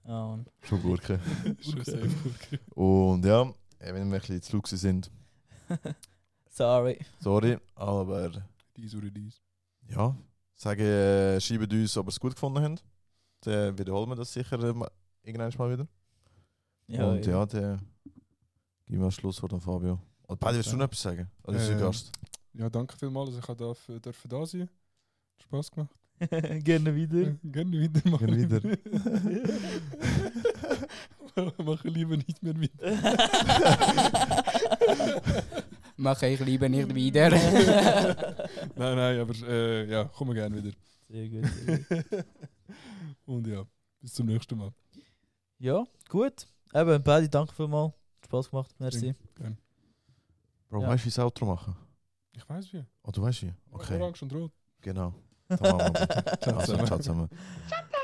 Speaker 3: Ja, Ah, Mann.
Speaker 2: Schon Gurke.
Speaker 4: Schon safe. okay.
Speaker 2: Und ja, eh, wenn wir ein bisschen zu luxe sind,
Speaker 3: Sorry.
Speaker 2: sorry. Aber
Speaker 4: Dies oder dies.
Speaker 2: ja, sagen, äh, schreibt uns, ob ihr es gut gefunden habt. Dann wiederholen wir das sicher äh, ma- irgendwann mal wieder. Und ja, dann geben wir das Schlusswort an Fabio. Und beide willst du noch etwas sagen? Oder unser
Speaker 4: Ähm,
Speaker 2: Gast?
Speaker 4: Ja, danke vielmals, dass ich auch darf, äh, dürfen da sein Hat Spass gemacht.
Speaker 3: Gerne wieder.
Speaker 4: Gerne wieder machen.
Speaker 2: Gerne wieder.
Speaker 4: Mache lieber nicht mehr mit.
Speaker 5: Mache ich lieber nicht wieder.
Speaker 4: Nein, nein, aber äh, ja, komm gerne wieder.
Speaker 3: Sehr gut. Sehr gut.
Speaker 4: Und ja, bis zum nächsten Mal.
Speaker 3: Ja, gut. Eben, beide, danke vielmals. Hat Spass gemacht. Merci.
Speaker 2: Bro,
Speaker 3: ja.
Speaker 2: weißt du, wie das Outro machen?
Speaker 4: Ich weiß wie.
Speaker 2: Oh, du weißt wie? Okay,
Speaker 4: Orange und rot.
Speaker 2: genau. Dann machen wir bitte. Also, ciao zusammen.
Speaker 7: Shut